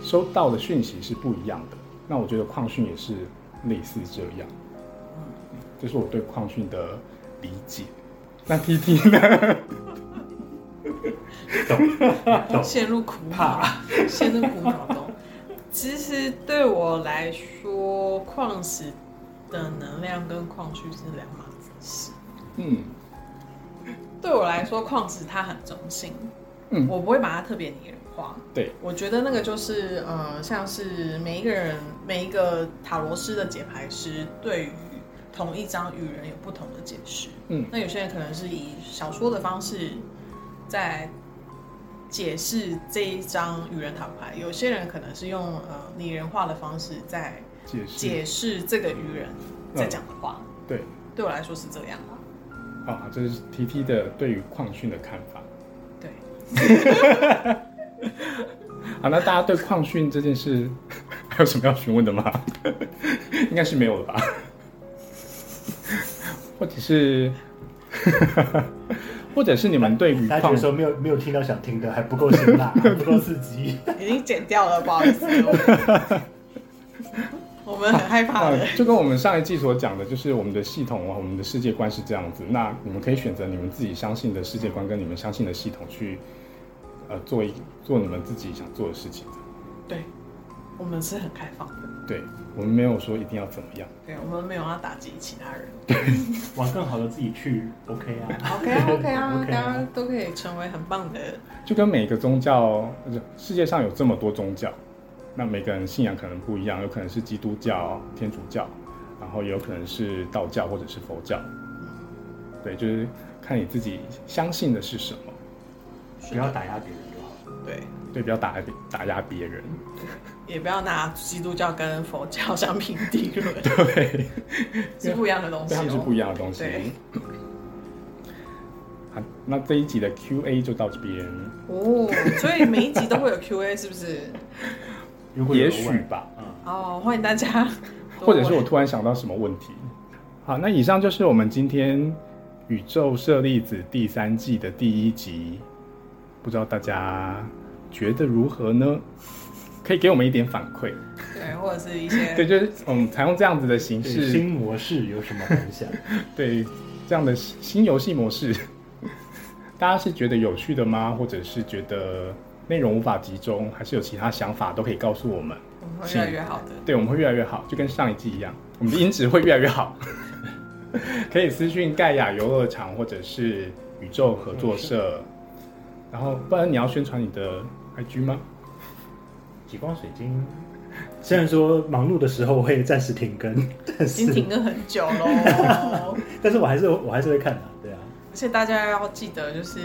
[SPEAKER 1] 收到的讯息是不一样的。那我觉得矿讯也是类似这样。这是我对矿训的理解。 那 PT 呢？
[SPEAKER 3] 懂
[SPEAKER 2] 陷入苦恼，陷入苦恼中。其实对我来说，矿石的能量跟矿区是两码子事。
[SPEAKER 1] 嗯
[SPEAKER 2] 对我来说，矿石它很中性，
[SPEAKER 1] 嗯，
[SPEAKER 2] 我不会把它特别拟人化。
[SPEAKER 1] 对，
[SPEAKER 2] 我觉得那个就是呃，像是每一个人每一个塔罗师的解牌师对于同一张与人有不同的解释。
[SPEAKER 1] 嗯
[SPEAKER 2] 那有些人可能是以小说的方式在解释这一张与人塔罗牌，有些人可能是用呃拟人化的方式在
[SPEAKER 1] 解释
[SPEAKER 2] 解释这个愚人在讲的话。
[SPEAKER 1] 对
[SPEAKER 2] 嗯对我来说是这样啊。
[SPEAKER 1] 啊，这是 TT 的对于矿训的看法。
[SPEAKER 2] 对，
[SPEAKER 1] 好，那大家对矿训这件事还有什么要询问的吗？ 应该是没有了吧？ 或者是， 或者是你们对于
[SPEAKER 3] 大家觉
[SPEAKER 1] 矿
[SPEAKER 3] 得说没有没有听到想听的，还不够辛 辣，还不够刺激。
[SPEAKER 2] 已经剪掉了，不好意思。我们 我们很害怕的
[SPEAKER 1] 呃，。就跟我们上一季所讲的，就是我们的系统啊，我们的世界观是这样子。那你们可以选择你们自己相信的世界观跟你们相信的系统去，呃，做一做你们自己想做的事情。
[SPEAKER 2] 对，我们是很开放的，
[SPEAKER 1] 对我们没有说一定要怎么样。
[SPEAKER 2] 对我们没有要打击其他人。
[SPEAKER 3] 往更好的自己去，OK 啊。
[SPEAKER 2] OK 啊，OK 啊，
[SPEAKER 3] OK
[SPEAKER 2] 大
[SPEAKER 3] 啊
[SPEAKER 2] 家都可以成为很棒的。
[SPEAKER 1] 就跟每个宗教，呃世界上有这么多宗教，那每个人信仰可能不一样，有可能是基督教、天主教，然后也有可能是道教或者是佛教。对，就是看你自己相信的是什么。
[SPEAKER 2] 是
[SPEAKER 3] 不要打压别人就好。
[SPEAKER 2] 对，
[SPEAKER 1] 对，不要打压别打压别人。
[SPEAKER 2] 也不要拿基督教跟佛教相平地论，
[SPEAKER 1] 对，
[SPEAKER 2] 是不一样的东西、
[SPEAKER 1] 对
[SPEAKER 2] 哦。
[SPEAKER 1] 他们是不一样的东西
[SPEAKER 2] 对。
[SPEAKER 1] 好，那这一集的 Q&A 就到这边，
[SPEAKER 2] 哦，所以每一集都会有 Q&A，是不是？
[SPEAKER 3] 如果有
[SPEAKER 1] 也
[SPEAKER 3] 人
[SPEAKER 1] 许
[SPEAKER 3] 问，
[SPEAKER 1] 吧，
[SPEAKER 3] 嗯，
[SPEAKER 2] 哦，欢迎大家多问。
[SPEAKER 1] 或者是我突然想到什么问题。好，那以上就是我们今天宇宙舍利子第三季的第一集，不知道大家觉得如何呢？可以给我们一点反馈，
[SPEAKER 2] 对，或者是一些
[SPEAKER 1] 对，就是嗯，采用这样子的形
[SPEAKER 3] 对
[SPEAKER 1] 式，
[SPEAKER 3] 新模式有什么感想？
[SPEAKER 1] 对这样的新游戏模式， 大家是觉得有趣的吗？或者是觉得内容无法集中，还是有其他想法，都可以告诉我们。
[SPEAKER 2] 我们会越来越好的。
[SPEAKER 1] 对，我们会越来越好，就跟上一季一样，我们的音质会越来越好。 可以私讯盖亚游乐场或者是宇宙合作社，然后不然你要宣传你的 IG 吗？
[SPEAKER 3] 极光水晶。虽然说忙碌的时候会暂时停更， 但
[SPEAKER 2] 已经
[SPEAKER 3] 是
[SPEAKER 2] 停更很 久 哦喽，
[SPEAKER 3] 但是我还是我还是会看的、对啊，
[SPEAKER 2] 而且大家要记得，就是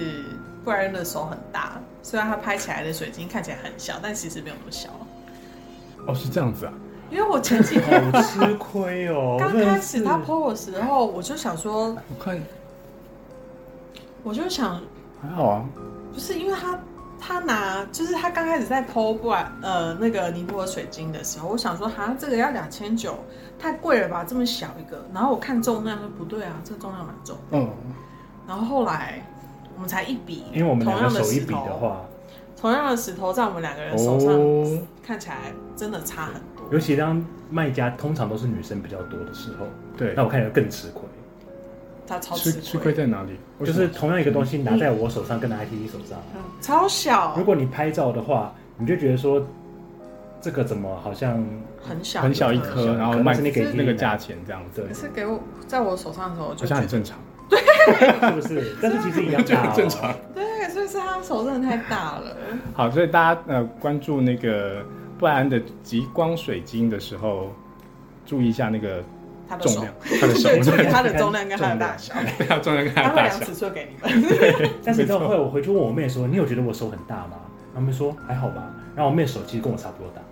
[SPEAKER 2] 布莱恩的手很大，虽然他拍起来的水晶看起来很小，但其实没有那么小。
[SPEAKER 1] 哦，是这样子啊，
[SPEAKER 2] 因为我前几天。
[SPEAKER 3] 好吃亏 哦
[SPEAKER 2] 刚
[SPEAKER 3] 真的
[SPEAKER 2] 开始
[SPEAKER 3] 是
[SPEAKER 2] 他 PO 的时候，我就想说，
[SPEAKER 1] 我看
[SPEAKER 2] 我就想，
[SPEAKER 1] 还好啊，
[SPEAKER 2] 不是因为他他拿，就是他刚开始在 PO 布莱呃那个尼泊尔水晶的时候，我想说，哈，这个要两千九，太贵了吧，这么小一个。然后我看重量说不对啊，这个重量蛮重。
[SPEAKER 1] 嗯，
[SPEAKER 2] 然后后来我们才一比，
[SPEAKER 3] 因为我们
[SPEAKER 2] 同
[SPEAKER 3] 两
[SPEAKER 2] 样
[SPEAKER 3] 个
[SPEAKER 2] 的
[SPEAKER 3] 手一
[SPEAKER 2] 石
[SPEAKER 3] 比的
[SPEAKER 2] 头，
[SPEAKER 3] 话，
[SPEAKER 2] 同样的石头在我们两个人手上、
[SPEAKER 1] 哦，
[SPEAKER 2] 看起来真的差很多。
[SPEAKER 3] 尤其当卖家通常都是女生比较多的时候，
[SPEAKER 1] 对
[SPEAKER 3] 那，我看起来更吃亏。
[SPEAKER 2] 它超
[SPEAKER 1] 吃
[SPEAKER 2] 吃
[SPEAKER 1] 吃亏
[SPEAKER 2] 亏，
[SPEAKER 1] 在哪里？为
[SPEAKER 3] 就
[SPEAKER 1] 什么啊
[SPEAKER 3] 是同样一个东西拿在我手上，跟拿在 T T 手上，
[SPEAKER 2] 嗯，超小
[SPEAKER 3] 如。果你拍照的话，你就觉得说这个怎么好像
[SPEAKER 2] 很小
[SPEAKER 1] 很小一
[SPEAKER 2] 颗
[SPEAKER 1] 颗，然后卖
[SPEAKER 3] 可能是你给
[SPEAKER 1] 那个价钱这样子
[SPEAKER 2] 可，是给我在我手上的时候，我
[SPEAKER 1] 好
[SPEAKER 2] 就
[SPEAKER 1] 像
[SPEAKER 2] 觉
[SPEAKER 1] 很
[SPEAKER 2] 得
[SPEAKER 1] 正常，
[SPEAKER 3] 是不是？但是其实一
[SPEAKER 1] 我
[SPEAKER 3] 样
[SPEAKER 1] 觉得
[SPEAKER 3] 大、
[SPEAKER 1] 很
[SPEAKER 3] 哦，
[SPEAKER 1] 正常。
[SPEAKER 2] 对，所以是他手真的太大了。
[SPEAKER 1] 好，所以大家呃关注那个布莱恩的极光水晶的时候，注意一下那个
[SPEAKER 2] 他的
[SPEAKER 1] 重
[SPEAKER 2] 手，
[SPEAKER 1] 量，它的手
[SPEAKER 2] 对，，注意
[SPEAKER 3] 它
[SPEAKER 2] 它
[SPEAKER 3] 的
[SPEAKER 2] 的重
[SPEAKER 3] 重
[SPEAKER 2] 量
[SPEAKER 3] 量
[SPEAKER 2] 跟它的大小，
[SPEAKER 1] 对它重量跟它
[SPEAKER 2] 他
[SPEAKER 1] 的
[SPEAKER 2] 会
[SPEAKER 1] 大
[SPEAKER 2] 量
[SPEAKER 1] 小。
[SPEAKER 2] 尺寸给你们。
[SPEAKER 3] 但是你知道后来我回去问我妹说：“你有觉得我手很大吗？”然后我妹说：“还好吧。”然后我妹手其实跟我差不多大，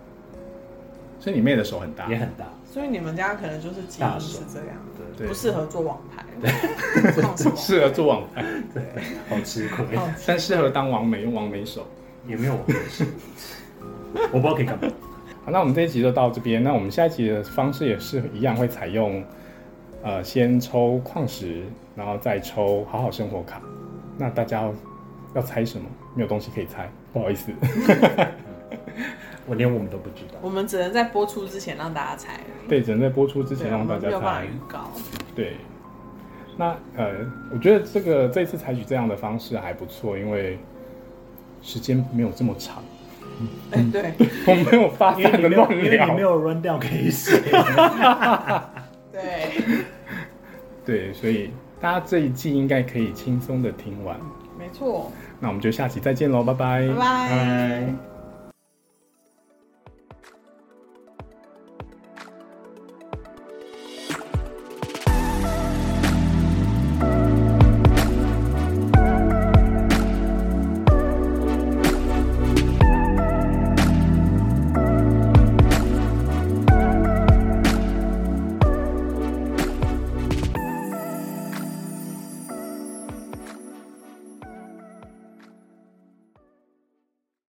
[SPEAKER 1] 所以你妹的手很大
[SPEAKER 3] 也，很大。
[SPEAKER 2] 所以你们家可能就是基因是这样，
[SPEAKER 1] 对
[SPEAKER 2] 不，适合做网拍，放什么
[SPEAKER 1] 适合啊做网拍，
[SPEAKER 3] 对，好吃亏，
[SPEAKER 2] 好
[SPEAKER 1] 但适合当网美，用网美手。
[SPEAKER 3] 也没有我合适。我不知道可以干嘛。
[SPEAKER 1] 好，那我们这一集就到这边。那我们下一集的方式也是一样，会采用呃先抽矿石，然后再抽好好生活卡。那大家要要猜什么？没有东西可以猜，不好意思。
[SPEAKER 3] 我连我们都不知道。
[SPEAKER 2] 我们只能在播出之前让大家猜而已。
[SPEAKER 1] 对，只能在播出
[SPEAKER 3] 啊
[SPEAKER 1] 之前
[SPEAKER 2] 对，我
[SPEAKER 1] 让大
[SPEAKER 2] 们没
[SPEAKER 1] 家
[SPEAKER 2] 有办法
[SPEAKER 1] 猜
[SPEAKER 2] 预。 告。
[SPEAKER 1] 对，那呃，我觉得这个这次采取这样的方式还不错，因为时间没有这么长，
[SPEAKER 2] 哎，对
[SPEAKER 1] 我没有发
[SPEAKER 3] 因为
[SPEAKER 1] 散
[SPEAKER 3] 你
[SPEAKER 1] 的
[SPEAKER 3] 没有，
[SPEAKER 1] 乱
[SPEAKER 3] 因为你没
[SPEAKER 1] 聊。
[SPEAKER 3] 有 run down 可以写。
[SPEAKER 2] 对，
[SPEAKER 1] 对，所以大家这一季应该可以轻松的听完。
[SPEAKER 2] 没错。
[SPEAKER 1] 那我们就下期再见喽，拜拜
[SPEAKER 2] 拜拜。
[SPEAKER 1] 哎
[SPEAKER 3] 拜